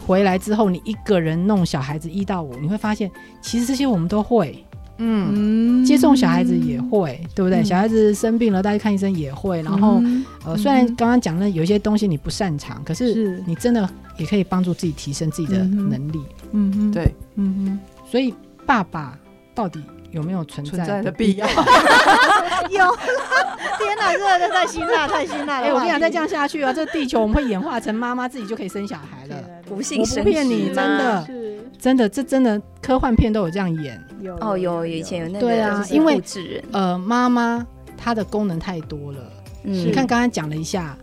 Speaker 2: 回来之后，你一个人弄小孩子一到五，你会发现其实这些我们都会。
Speaker 5: 嗯，
Speaker 3: 嗯
Speaker 2: 接送小孩子也会，对不对？
Speaker 3: 嗯
Speaker 2: 小孩子生病了，带去看医生也会。然后，
Speaker 3: 嗯
Speaker 2: 呃，虽然刚刚讲了有一些东西你不擅长，可是
Speaker 3: 是，
Speaker 2: 你真的也可以帮助自己提升自己的
Speaker 3: 嗯哼
Speaker 2: 能力。
Speaker 3: 嗯哼，
Speaker 5: 对，
Speaker 3: 嗯
Speaker 2: 所以，爸爸到底有没有存
Speaker 5: 存
Speaker 2: 在
Speaker 5: 在
Speaker 2: 的
Speaker 5: 的
Speaker 2: 必
Speaker 5: 必
Speaker 2: 要
Speaker 5: 要？。
Speaker 3: 哼，有，天哪，这个太辛辣，太辛辣了。
Speaker 2: 哎，我跟你讲，再这样下去啊，这地球我们会演化成妈妈自己就可以生小孩了。
Speaker 4: 不
Speaker 2: 我
Speaker 4: 信
Speaker 2: 不
Speaker 4: 神
Speaker 2: 骗你，
Speaker 4: 奇
Speaker 2: 真
Speaker 4: 吗
Speaker 2: 的，
Speaker 3: 是
Speaker 2: 真的，这真的科幻片都有这样演。
Speaker 3: 有
Speaker 4: 哦，有以前 有那
Speaker 2: 对
Speaker 4: 个
Speaker 2: 啊
Speaker 4: 就是
Speaker 2: 因为
Speaker 4: 复制人，
Speaker 2: 呃，妈妈她的功能太多了，你
Speaker 4: 嗯，
Speaker 2: 看刚刚讲了一下，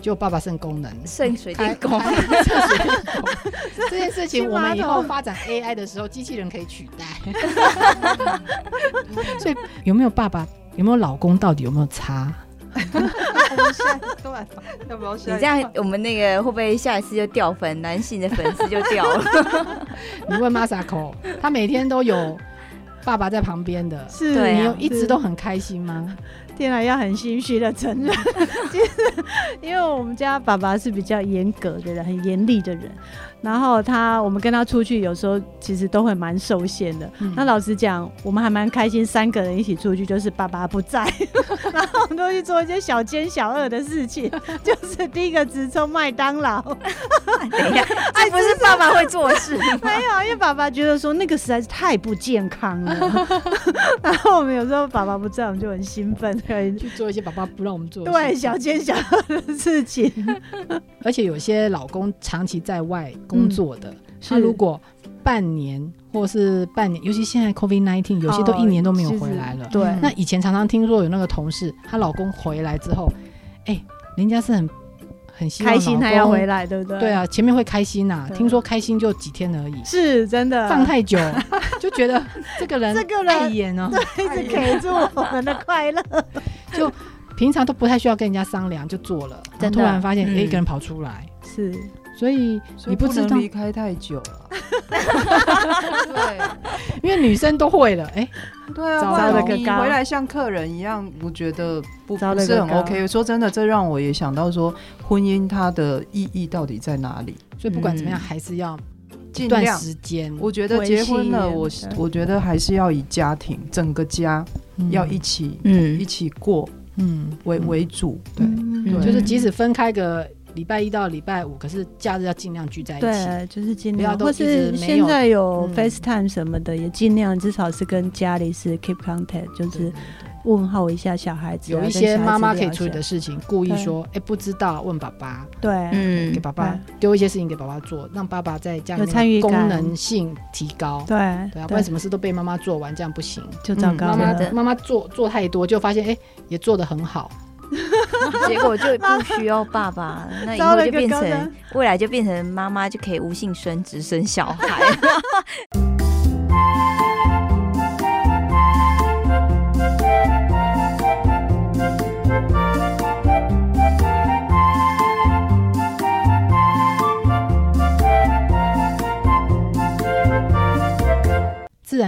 Speaker 2: 就爸爸剩功能，
Speaker 4: 剩水电工，
Speaker 2: 开开厕所电工这件事情，
Speaker 3: 亲
Speaker 2: 我
Speaker 3: 妈
Speaker 2: 们以
Speaker 3: 的
Speaker 2: 后发展 AI 的时候，机器人可以取代。所以有没有爸爸，有没有老公，到底有没有差？
Speaker 5: 要不要
Speaker 4: 你这样我们那个会不会下一次就掉粉？男性的粉丝就掉了，
Speaker 2: 你问 Masako，他每天都有爸爸在旁边的，嗯
Speaker 3: 是，
Speaker 4: 对啊
Speaker 2: 你有一直都很开心吗？
Speaker 3: 天啊哪，要很心虚的承认， 其实因为我们家爸爸是比较严格的人，很严厉的人，然后他我们跟他出去，有时候其实都会蛮受限的。那老实讲，我们还蛮开心，三个人一起出去，就是爸爸不在，然后我们都去做一些小奸小恶的事情， 就是第一个直冲麦当劳，
Speaker 4: 等一下，
Speaker 3: 哎
Speaker 4: 这不是爸爸会做事吗？
Speaker 3: 没有，因为爸爸觉得说那个实在是太不健康了。 然后我们有时候爸爸不在，我们就很兴奋，很
Speaker 2: 去做一些爸爸不让我们做的事
Speaker 3: 对
Speaker 2: 情
Speaker 3: 小奸小恶的事情。
Speaker 2: 而且有些老公长期在外工作的，他
Speaker 3: 嗯是
Speaker 2: 如果半年或是半年，尤其现在 COVID nineteen，有些都一年都没有回来了。
Speaker 3: 哦对，
Speaker 5: 嗯
Speaker 2: 那以前常常听说有那个同事，她老公回来之后，哎、人家是很很希望
Speaker 3: 开心他要回
Speaker 2: 来，
Speaker 3: 来，对不对？
Speaker 2: 对，啊，前面会开心呐、
Speaker 3: 对
Speaker 2: 听说开心就几天而已，
Speaker 3: 是真的。
Speaker 2: 放太久就觉得这个人
Speaker 3: 呃这个
Speaker 2: 碍
Speaker 3: 人
Speaker 2: 眼哦，
Speaker 3: 一直给住我们的快乐，
Speaker 2: 平常都不太需要跟人家商量就做了，然
Speaker 3: 真
Speaker 2: 后
Speaker 3: 的
Speaker 2: 突然发现哎、
Speaker 4: 嗯
Speaker 2: 一个人跑出来，
Speaker 3: 是
Speaker 2: 所以
Speaker 5: 所
Speaker 2: 你
Speaker 5: 以不
Speaker 2: 知
Speaker 5: 能
Speaker 2: 道，
Speaker 5: 离开太久了。对
Speaker 2: 因为女生都会了，哎、
Speaker 5: 对啊，
Speaker 2: 糟
Speaker 5: 不然
Speaker 2: 了个
Speaker 5: 你
Speaker 3: 高
Speaker 5: 回来像客人一样，我觉得不
Speaker 3: 糟
Speaker 5: 不
Speaker 3: 了
Speaker 5: 是
Speaker 3: 个
Speaker 5: 很
Speaker 3: 高
Speaker 5: OK。说真的，这让我也想到说，婚姻它的意义到底在哪里？
Speaker 2: 所以不管怎么样，
Speaker 4: 嗯
Speaker 2: 还是要一
Speaker 5: 尽
Speaker 2: 段
Speaker 5: 量，
Speaker 2: 时间，
Speaker 5: 我觉得
Speaker 3: 维
Speaker 5: 结
Speaker 3: 系
Speaker 5: 婚了，
Speaker 3: 原
Speaker 5: 我
Speaker 3: 则
Speaker 5: 我觉得还是要以家庭整个家
Speaker 2: 嗯
Speaker 5: 要一起
Speaker 4: 嗯
Speaker 5: 一起过
Speaker 2: 嗯
Speaker 5: 为
Speaker 2: 嗯
Speaker 5: 为主，对。
Speaker 3: 嗯
Speaker 5: 对
Speaker 2: 就是即使分开个礼拜一到礼拜五，可是假日要尽量聚在一起。
Speaker 3: 对，就是尽
Speaker 2: 不要
Speaker 3: 量，
Speaker 2: 都
Speaker 3: 或
Speaker 2: 一
Speaker 3: 是
Speaker 2: 直没
Speaker 3: 现
Speaker 2: 有
Speaker 3: 在有
Speaker 2: 嗯
Speaker 3: FaceTime 什么的，也尽量至少是跟家里是 keep contact，就是问候一下小孩子啊，
Speaker 2: 有一
Speaker 3: 跟
Speaker 2: 些
Speaker 3: 小孩子
Speaker 2: 妈妈可以
Speaker 3: 聊
Speaker 2: 处理
Speaker 3: 下
Speaker 2: 的事情，故意说：“哎，不知道，问爸爸，
Speaker 3: 对，
Speaker 4: 嗯
Speaker 2: 给，爸爸丢一些事情给爸爸做，让爸爸在家里
Speaker 3: 有参
Speaker 2: 面
Speaker 3: 与
Speaker 2: 功
Speaker 3: 感
Speaker 2: 能性提高。”
Speaker 3: 对
Speaker 2: 对啊，不然什么事都被妈妈做完，这样不行。
Speaker 3: 就糟糕
Speaker 2: 妈
Speaker 3: 了。
Speaker 2: 妈
Speaker 4: 对
Speaker 2: 妈妈做做太多，就发现哎，也做得很好。
Speaker 4: 结果就不需要爸爸了，那以
Speaker 3: 糟
Speaker 4: 后
Speaker 3: 了
Speaker 4: 就
Speaker 3: 个
Speaker 4: 变
Speaker 3: 高
Speaker 4: 成
Speaker 3: 呢
Speaker 4: 未来就变成妈妈就可以无性生殖生小孩。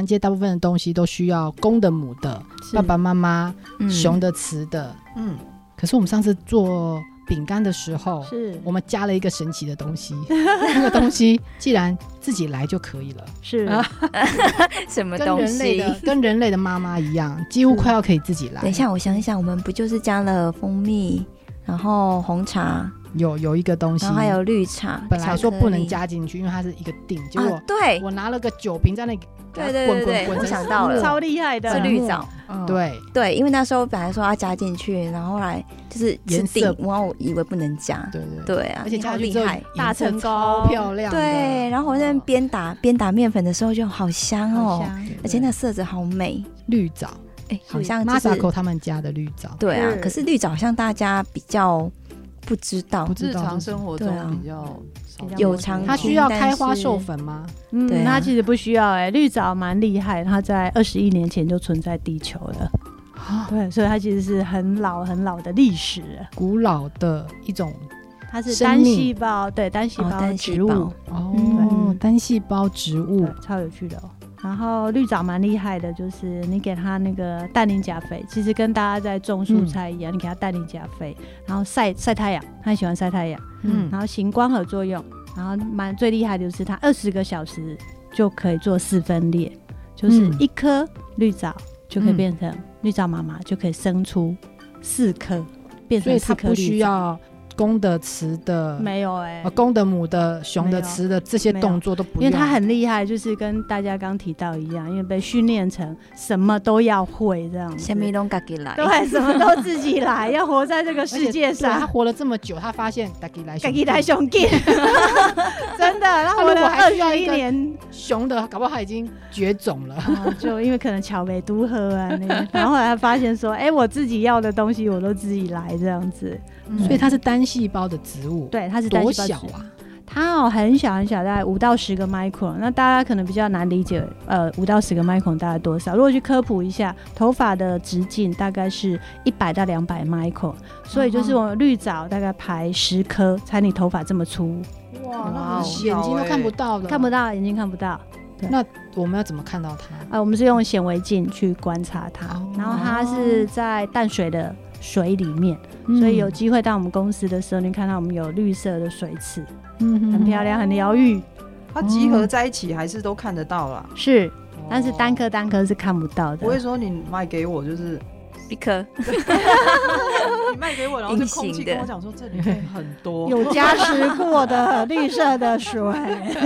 Speaker 2: 界大部分的东西都需要公的、母的，
Speaker 3: 是
Speaker 2: 爸爸妈妈、
Speaker 4: 嗯
Speaker 2: 雄的、雌的。
Speaker 5: 嗯，
Speaker 2: 可是我们上次做饼干的时候，
Speaker 3: 是
Speaker 2: 我们加了一个神奇的东西， 那个东西既然自己来就可以了，
Speaker 3: 是
Speaker 2: 啊
Speaker 4: 什么
Speaker 2: 跟
Speaker 4: 东
Speaker 2: 人类
Speaker 4: 西？ 嗯
Speaker 2: 的跟人类的妈妈一样，几乎快要可以自己来。
Speaker 4: 等一，下，我想一想，我们不就是加了蜂蜜，然后红茶，
Speaker 2: 有有一个东西，
Speaker 4: 然后还有绿茶，
Speaker 2: 本来说
Speaker 4: 巧克力
Speaker 2: 不能加进去，因为它是一个定，结果
Speaker 4: 啊，对，
Speaker 2: 我拿了个酒瓶在那里给它
Speaker 4: 对对
Speaker 2: 滚
Speaker 4: 对
Speaker 2: 滚
Speaker 4: 对
Speaker 2: 滚，
Speaker 4: 我
Speaker 2: 真是
Speaker 4: 想啊到了
Speaker 3: 超厉害的，
Speaker 4: 是绿藻，
Speaker 5: 嗯，
Speaker 2: 对，
Speaker 4: 对，因为那时候本来说要加进去，然后后来就是吃
Speaker 2: 颜色
Speaker 4: 顶，然后我以为不能加，
Speaker 5: 对对
Speaker 4: 对啊，
Speaker 2: 而且
Speaker 4: 你
Speaker 2: 加
Speaker 4: 好
Speaker 2: 下去
Speaker 4: 厉
Speaker 2: 之后
Speaker 4: 害，
Speaker 3: 大
Speaker 2: 颜色
Speaker 3: 成功
Speaker 2: 超漂亮的，
Speaker 4: 对，然后我在那边边打边打面粉的时候就好香
Speaker 3: 好
Speaker 4: 哦，
Speaker 3: 香
Speaker 4: 而且那色泽好美，
Speaker 2: 绿藻，
Speaker 4: 哎，好像
Speaker 2: 马
Speaker 4: 就
Speaker 2: 萨
Speaker 4: 是
Speaker 2: 口他们家的绿藻，
Speaker 4: 对啊
Speaker 3: 是，
Speaker 4: 可是绿藻好像大家比较不知道
Speaker 2: 不，知
Speaker 5: 日
Speaker 2: 道
Speaker 5: 常生活
Speaker 4: 对啊
Speaker 5: 中比较少
Speaker 3: 比较
Speaker 4: 有常
Speaker 2: 它
Speaker 4: 青
Speaker 2: 需要开花
Speaker 4: 但是
Speaker 2: 授粉吗？
Speaker 3: 嗯
Speaker 4: 对，啊
Speaker 3: 它其实不需要哎、绿藻蛮厉害，它在二十一年前就存在地球了，
Speaker 2: 啊，
Speaker 3: 对，所以它其实是很老很老的历史了，
Speaker 2: 古老的一种
Speaker 3: 它是
Speaker 2: 生
Speaker 3: 单
Speaker 2: 命
Speaker 3: 细胞，对，单细
Speaker 4: 哦
Speaker 3: 胞
Speaker 4: 单细
Speaker 3: 植物，
Speaker 4: 胞
Speaker 2: 哦
Speaker 3: 嗯，
Speaker 2: 单细胞植物
Speaker 3: 对，超有趣的哦。然后绿藻蛮厉害的，就是你给它那个氮磷钾肥，其实跟大家在种蔬菜一样，你给它氮磷钾肥，然后晒晒太阳，它很喜欢晒太阳，
Speaker 2: 嗯
Speaker 3: 然后行光合作用，然后蛮最厉害的就是它二十个小时就可以做四分裂，就是
Speaker 2: 嗯
Speaker 3: 一颗绿藻就可以
Speaker 2: 嗯
Speaker 3: 变成、绿藻妈妈就可以生出四颗，变
Speaker 2: 所以
Speaker 3: 成
Speaker 2: 它
Speaker 3: 四颗
Speaker 2: 不
Speaker 3: 绿藻。
Speaker 2: 需要公的、雌的，
Speaker 3: 没有哎、
Speaker 2: 呃，公的、母的、雄的、
Speaker 3: 没有
Speaker 2: 雌的这些
Speaker 3: 没有
Speaker 2: 动作都不
Speaker 3: 因为
Speaker 2: 用，
Speaker 3: 他很厉害，就是跟大家刚提到一样，因为被训练成什么都要会这样子
Speaker 4: 虾，米拢自己来，
Speaker 3: 对，什么都自己来，要活在这个
Speaker 2: 而且
Speaker 3: 世界
Speaker 2: 对他
Speaker 3: 上，
Speaker 2: 活了这么久，他发现大吉来
Speaker 3: 自
Speaker 2: 熊，
Speaker 3: 己来雄 劲， 真的，他活
Speaker 2: 啊如果
Speaker 3: 了
Speaker 2: 还
Speaker 3: 二
Speaker 2: 需要
Speaker 3: 十
Speaker 2: 一
Speaker 3: 一
Speaker 2: 个
Speaker 3: 年，
Speaker 2: 熊的，搞不好他已经绝种了。
Speaker 3: 啊就因为可能巧梅都喝啊，那个，然后后来他发现说，哎，我自己要的东西我都自己来这样子，
Speaker 5: 嗯
Speaker 2: 所以它是单细胞的植物，，
Speaker 3: 对，他是单
Speaker 2: 多
Speaker 3: 细胞
Speaker 2: 小
Speaker 3: 植物
Speaker 2: 啊？
Speaker 3: 它哦很小很小，大概五到十个 micron。那大家可能比较难理解，呃，五到十个 micron 大概多少？如果去科普一下，头发的直径大概是一百到两百 micron，所以
Speaker 2: 嗯
Speaker 3: 就是我们绿藻大概排十颗才你头发这么粗，
Speaker 2: 哇，哦
Speaker 5: 那
Speaker 2: 那
Speaker 5: 很小
Speaker 2: 眼睛都
Speaker 5: 欸
Speaker 2: 看不到了，
Speaker 3: 看不。到眼睛看不到。啊、
Speaker 2: 我们要怎么看到它？
Speaker 3: 我们是用显微镜去观察它，
Speaker 2: 哦
Speaker 3: 然后它是在淡水的水里面，
Speaker 2: 嗯
Speaker 3: 所以有机会到我们公司的时候，你看到我们有绿色的水池，很
Speaker 2: 很
Speaker 3: 漂亮，很疗愈。
Speaker 5: 它集合在一起还是都看得到啦，
Speaker 3: 是，但是单
Speaker 5: 哦
Speaker 3: 颗单颗是看不到的。
Speaker 5: 不会说你卖给我就是
Speaker 4: 一颗，
Speaker 5: 你卖给我，然后就空
Speaker 4: 隐
Speaker 5: 气
Speaker 4: 形的
Speaker 5: 跟我讲说这里面很多，
Speaker 3: 有加持过的绿色的水，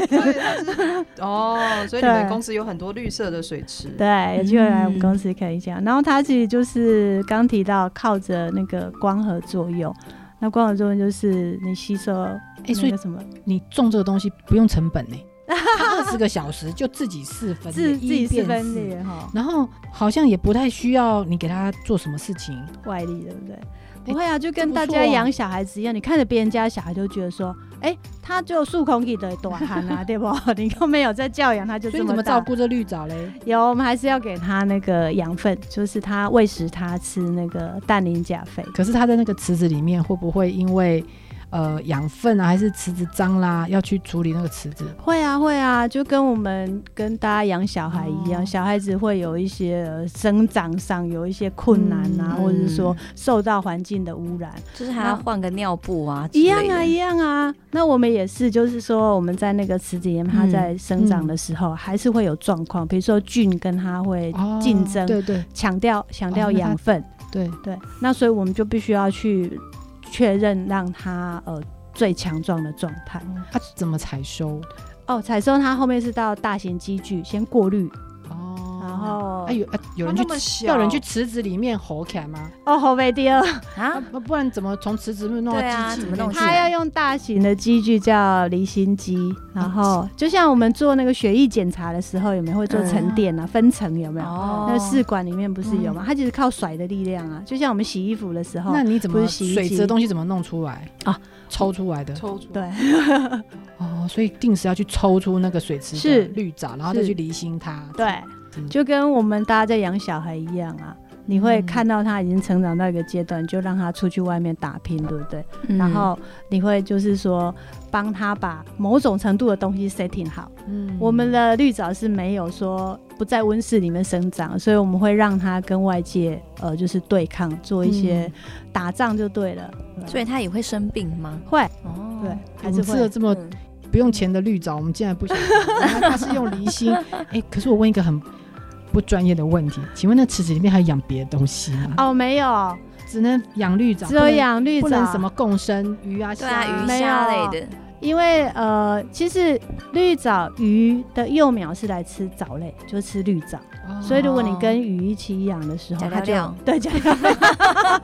Speaker 5: 对，但是哦，所以你
Speaker 3: 对
Speaker 5: 们公司有很多绿色的水池，
Speaker 3: 对，有机会来我们公司可以讲。然后它其实就是刚提到靠着那个光合作用，那光合作用就是你吸收
Speaker 2: 哎，所
Speaker 3: 那
Speaker 2: 以
Speaker 3: 个什么，
Speaker 2: 你种这个东西不用成 本呢，它二十个小时就自己四分裂，
Speaker 3: 自自己
Speaker 2: 一变
Speaker 3: 是分裂哈，
Speaker 2: 然后好像也不太需要你给它做什么事情，
Speaker 3: 外力对不对？不会啊，就跟
Speaker 2: 这不
Speaker 3: 大
Speaker 2: 错
Speaker 3: 家
Speaker 2: 啊
Speaker 3: 养小孩子一样，你看着别人家小孩就觉得说，哎，他就数空气的短寒 啊，对不？你都没有在教养，他就
Speaker 2: 所以
Speaker 3: 这
Speaker 2: 你怎么
Speaker 3: 么
Speaker 2: 照
Speaker 3: 大。
Speaker 2: 顾这绿藻嘞？
Speaker 3: 有，我们还是要给他那个养分，就是他喂食他吃那个氮磷钾肥。
Speaker 2: 可是它在那个池子里面会不会因为呃养分啊，还是池子脏啦，要去处理那个池子？
Speaker 3: 会啊，会啊，就跟我们跟大家养小孩一样，
Speaker 2: 哦
Speaker 3: 小孩子会有一些呃生长上有一些困难啊，
Speaker 2: 嗯
Speaker 3: 或者是说受到环境的污染，
Speaker 4: 就是还要换个尿布啊，
Speaker 3: 一样啊，一
Speaker 4: 样，
Speaker 3: 样啊。那我们也是，就是说我们在那个池子里面，它
Speaker 2: 嗯
Speaker 3: 在生长的时候、还是会有状况，比如说菌跟它会
Speaker 2: 哦
Speaker 3: 竞争，
Speaker 2: 对对
Speaker 3: 抢掉抢掉
Speaker 2: 哦那它
Speaker 3: 养分，
Speaker 2: 对，
Speaker 3: 对，那所以我们就必须要去确认让它呃最强壮的状态。
Speaker 2: 它怎么采收？
Speaker 3: 哦，采收它后面是到大型机具先过滤，
Speaker 2: 哦
Speaker 3: 然后
Speaker 2: 啊有啊有
Speaker 5: 它
Speaker 2: 人去
Speaker 5: 那么小，
Speaker 2: 要人去池子里面吼起来吗？
Speaker 3: 哦，好没第二，
Speaker 4: 啊，
Speaker 3: 哦
Speaker 2: 那不然怎么从池子里面弄
Speaker 4: 对啊
Speaker 2: 到机器里
Speaker 4: 怎么弄
Speaker 2: 面
Speaker 4: 去
Speaker 2: 去？
Speaker 3: 它要用大型的机具叫离心机，然后就像我们做那个血液检查的时候，有没有会做沉淀啊、分层有没有？
Speaker 4: 哦嗯
Speaker 3: 那个试管里面不是有吗？它就是靠甩的力量啊，就像我们洗衣服的时候，
Speaker 2: 那你怎
Speaker 3: 不
Speaker 2: 么
Speaker 3: 是洗衣
Speaker 2: 水
Speaker 3: 机
Speaker 2: 质的东西怎么弄出来
Speaker 3: 啊？
Speaker 2: 抽出来的
Speaker 5: 抽出，
Speaker 3: 对，
Speaker 2: 哦，所以定时要去抽出那个水池
Speaker 3: 是
Speaker 2: 的绿藻，然后再
Speaker 3: 是
Speaker 2: 去离心它。
Speaker 3: 对，
Speaker 2: 嗯
Speaker 3: 就跟我们大家在养小孩一样啊。你会
Speaker 4: 嗯
Speaker 3: 看到他已经成长到一个阶段，你就让他出去外面打拼，对不对？
Speaker 4: 嗯
Speaker 3: 然后你会就是说帮他把某种程度的东西 setting 好。
Speaker 2: 嗯
Speaker 3: 我们的绿藻是没有说不在温室里面生长，所以我们会让它跟外界呃就是对抗，做一些打仗就对了。
Speaker 4: 嗯所以他也会生病吗？
Speaker 3: 会
Speaker 4: 哦，
Speaker 3: 对，还
Speaker 2: 我
Speaker 3: 是
Speaker 2: 们吃了
Speaker 3: 会
Speaker 2: 这么
Speaker 4: 嗯
Speaker 2: 不用钱的绿藻，我们竟然不想吃，它是用离 心。哎，可是我问一个很不专业的问题，请问那池子里面还有养别的东西吗？
Speaker 3: 哦，没有，
Speaker 2: 只能养绿藻，
Speaker 3: 只有养绿
Speaker 2: 不能，不
Speaker 3: 藻
Speaker 2: 能什么共生鱼啊、
Speaker 4: 对
Speaker 2: 虾
Speaker 4: 啊，鱼
Speaker 3: 没
Speaker 4: 虾
Speaker 3: 有
Speaker 4: 类的，
Speaker 3: 因为呃，其实绿藻鱼的幼苗是来吃藻类，就是吃绿藻，
Speaker 2: 哦
Speaker 3: 所以如果你跟鱼一起养的时候，
Speaker 4: 加
Speaker 3: 它
Speaker 4: 料
Speaker 3: 就
Speaker 4: 料
Speaker 3: 对加料料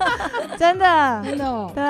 Speaker 3: 真的
Speaker 2: 真的哦，
Speaker 3: 对，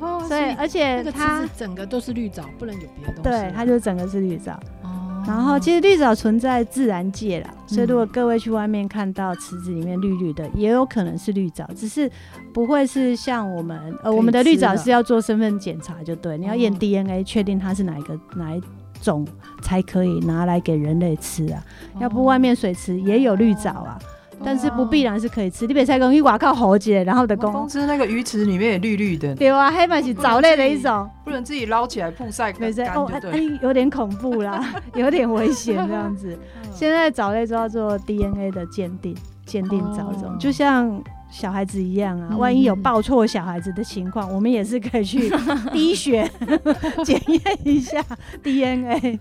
Speaker 2: 哦
Speaker 3: 所以而且
Speaker 2: 那个池
Speaker 3: 它
Speaker 2: 子整个都是绿藻，不能有别的东西。
Speaker 3: 对它就整个是绿藻，
Speaker 2: 哦，
Speaker 3: 然后其实绿藻存在自然界啦，所以
Speaker 2: 嗯
Speaker 3: 如果各位去外面看到池子里面绿绿的，也有可能是绿藻，只是不会是像我们呃我们的绿藻是要做身份检查，就对，你要验
Speaker 2: 哦
Speaker 3: DNA 确定它是哪一个哪一种才可以拿来给人类吃啊，
Speaker 2: 哦
Speaker 3: 要不外面水池也有绿藻啊，但是不必然是可以吃。你别再讲去外靠猴节，然后的
Speaker 5: 公
Speaker 3: 公
Speaker 5: 司那个鱼池里面也绿绿的，
Speaker 3: 对啊，黑嘛是藻类的一种，
Speaker 5: 不能自己捞起来曝晒
Speaker 3: 没
Speaker 5: 干
Speaker 3: 事
Speaker 5: 干
Speaker 3: 哦，
Speaker 5: 就
Speaker 3: 啊
Speaker 5: 对。
Speaker 3: 啊有点恐怖啦，有点危险这样子。现在藻类都要做 DNA 的鉴定，鉴定藻种，
Speaker 2: 哦
Speaker 3: 就像小孩子一样啊，
Speaker 2: 嗯
Speaker 3: 万一有抱错小孩子的情况，我们也是可以去滴血 检验一下 DNA。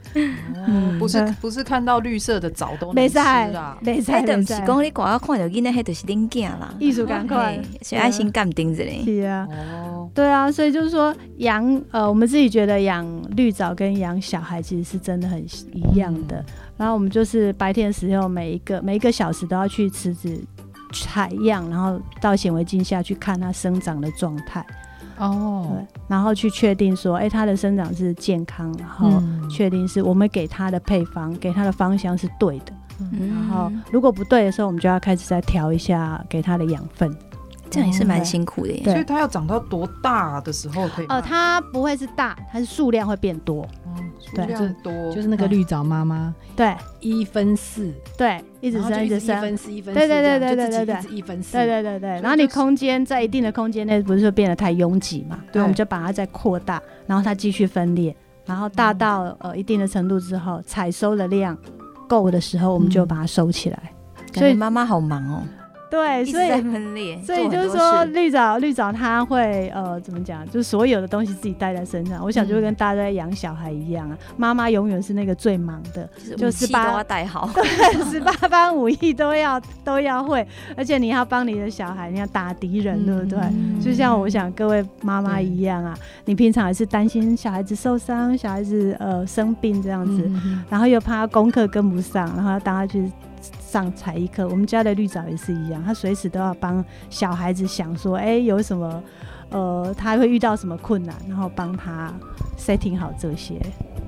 Speaker 5: 哦不是不是看到绿色的藻都能
Speaker 3: 没
Speaker 5: 吃
Speaker 3: 赛
Speaker 5: 啊，，
Speaker 3: 没
Speaker 4: 哎，
Speaker 3: 赛，
Speaker 4: 等
Speaker 3: 没
Speaker 4: 不是
Speaker 3: 赛，
Speaker 4: 讲你广告看到囡仔，迄就是恁囝啦，
Speaker 3: 艺术赶快
Speaker 4: 嘿，所以爱心干盯着嘞。
Speaker 3: 是啊。
Speaker 5: 哦，
Speaker 3: 对啊，所以就是说养呃，我们自己觉得养绿藻跟养小孩其实是真的很一样的。然后我们就是白天的时候，每一个每一个小时都要去池子采样，然后到显微镜下去看它生长的状态，
Speaker 2: 哦，
Speaker 3: 对，然后去确定说，哎，它的生长是健康，然后
Speaker 2: 嗯
Speaker 3: 确定是我们给它的配方、给它的方向是对的。
Speaker 4: 嗯
Speaker 3: 然后如果不对的时候，我们就要开始再调一下给它的养分。
Speaker 4: 这样也是蛮辛苦的耶。
Speaker 3: 对
Speaker 5: 所以它要长到多大的时候可以卖？
Speaker 3: 呃，它不会是大，它是数量会变多。
Speaker 5: 哦数
Speaker 3: 对
Speaker 5: 量多，
Speaker 2: 就是那个绿藻妈妈
Speaker 3: 对
Speaker 2: 一分四，
Speaker 3: 对，一
Speaker 2: 一
Speaker 3: 直生一直
Speaker 2: 一
Speaker 3: 生。
Speaker 2: 分四一分四
Speaker 3: 对对
Speaker 2: 这样，
Speaker 3: 对对对
Speaker 2: 就
Speaker 3: 对
Speaker 2: 自己一直一分四，
Speaker 3: 对对对对，
Speaker 5: 以
Speaker 3: 然后你
Speaker 5: 就是
Speaker 3: 空间在一定的空间内，不是说变得太拥挤嘛？
Speaker 5: 对
Speaker 3: 然后我们就把它再扩大，然后它继续分裂，然后大到、呃一定的程度之后，采收的量够的时候，我们就把它收起来。
Speaker 4: 感
Speaker 3: 所
Speaker 4: 觉
Speaker 3: 以
Speaker 4: 妈妈好忙哦，
Speaker 3: 对，
Speaker 4: 一直
Speaker 3: 所以
Speaker 4: 在分裂，
Speaker 3: 所以
Speaker 4: 做
Speaker 3: 就
Speaker 4: 很
Speaker 3: 是
Speaker 4: 多
Speaker 3: 说，
Speaker 4: 事，
Speaker 3: 绿藻绿藻它会呃怎么讲，就是所有的东西自己带在身上。我想就会跟大家在养小孩一样啊，妈妈永远是那个最忙的，
Speaker 4: 就
Speaker 3: 就是是
Speaker 4: 武器都
Speaker 3: 把
Speaker 4: 要带好。
Speaker 3: 十 八般武艺都要都要会，而且你要帮你的小孩，你要打敌人，对不对？
Speaker 2: 嗯
Speaker 3: 就像我想各位妈妈一样啊，你平常也是担心小孩子受伤、小孩子呃生病这样子，
Speaker 2: 嗯嗯
Speaker 3: 然后又怕他功课跟不上，然后要带他去上才艺课。我们家的绿藻也是一样，他随时都要帮小孩子想说，哎，有什么呃他会遇到什么困难，然后帮他 setting 好这些，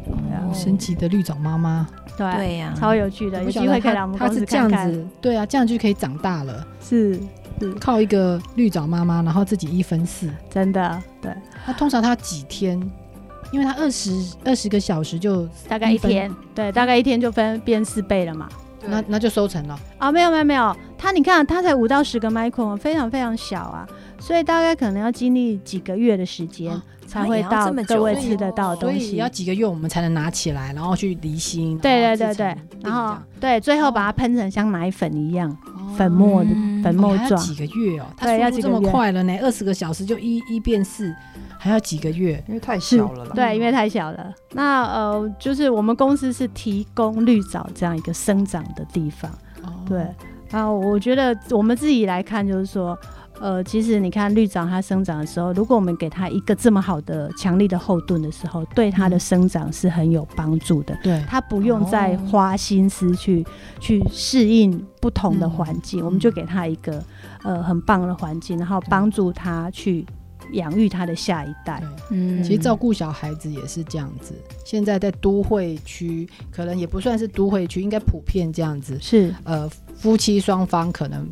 Speaker 3: 对啊
Speaker 2: 嗯神奇的绿藻妈妈，
Speaker 3: 对啊
Speaker 4: 对呀，
Speaker 3: 超有趣的，有
Speaker 2: 我晓
Speaker 3: 机
Speaker 2: 得
Speaker 3: 会可以
Speaker 2: 她
Speaker 3: 来我们
Speaker 2: 她
Speaker 3: 公
Speaker 2: 是
Speaker 3: 司
Speaker 2: 这
Speaker 3: 看
Speaker 2: 样
Speaker 3: 看。
Speaker 2: 子，对啊，这样就可以长大了，
Speaker 3: 是
Speaker 2: 靠一个绿藻妈妈，然后自己一分四，
Speaker 3: 真的，对，
Speaker 2: 那通常她几天？因为她二十二十个小时就
Speaker 3: 大概一天，对，大概一天就分变四倍了嘛。
Speaker 5: 对
Speaker 2: 那那就收成了，
Speaker 3: 啊，没有没有没有，它你看它才五到十个 micron，非常非常小啊，所以大概可能要经历几个月的时间、
Speaker 2: 啊
Speaker 3: 才
Speaker 4: 也
Speaker 3: 会
Speaker 4: 哦要
Speaker 3: 到
Speaker 4: 这么久哦
Speaker 3: 各位
Speaker 5: 哦
Speaker 3: 吃得到的
Speaker 2: 所
Speaker 3: 东
Speaker 2: 以
Speaker 3: 西
Speaker 2: 要。几个月我们才能拿起来，然后去离心，
Speaker 3: 对
Speaker 2: 然
Speaker 3: 对对
Speaker 2: 后制
Speaker 3: 对
Speaker 2: 成，
Speaker 3: 然后
Speaker 2: 定
Speaker 3: 对，最后
Speaker 2: 哦
Speaker 3: 把它喷成像奶粉一样，
Speaker 2: 这样
Speaker 3: 粉
Speaker 2: 哦
Speaker 3: 末的
Speaker 4: 嗯
Speaker 3: 粉
Speaker 2: 哦
Speaker 3: 末
Speaker 2: 还要
Speaker 3: 状。
Speaker 2: 几个月哦，它
Speaker 3: 对要
Speaker 2: 速度
Speaker 3: 几
Speaker 2: 这
Speaker 3: 个
Speaker 2: 么
Speaker 3: 月
Speaker 2: 快了呢，二十个小时就一一变四，还要几个月？
Speaker 5: 因为太小了啦。
Speaker 3: 对，因为太小了。那呃，就是我们公司是提供绿藻这样一个生长的地方。
Speaker 2: 哦
Speaker 3: 对，然后我觉得我们自己来看，就是说，呃，其实你看绿藻它生长的时候，如果我们给它一个这么好的、强力的后盾的时候，对它
Speaker 5: 嗯
Speaker 3: 的生长是很有帮助的。
Speaker 2: 对，
Speaker 3: 它不用再
Speaker 5: 哦
Speaker 3: 花心思去、去适应不同
Speaker 5: 嗯
Speaker 3: 的环境，我们就给它一个呃很棒的环境，然后帮助它去养育它的下一代。
Speaker 4: 嗯
Speaker 2: 其实照顾小孩子也是这样子。现在在都会区，可能也不算是都会区，应该普遍这样子。
Speaker 3: 是
Speaker 2: 呃，夫妻双方可能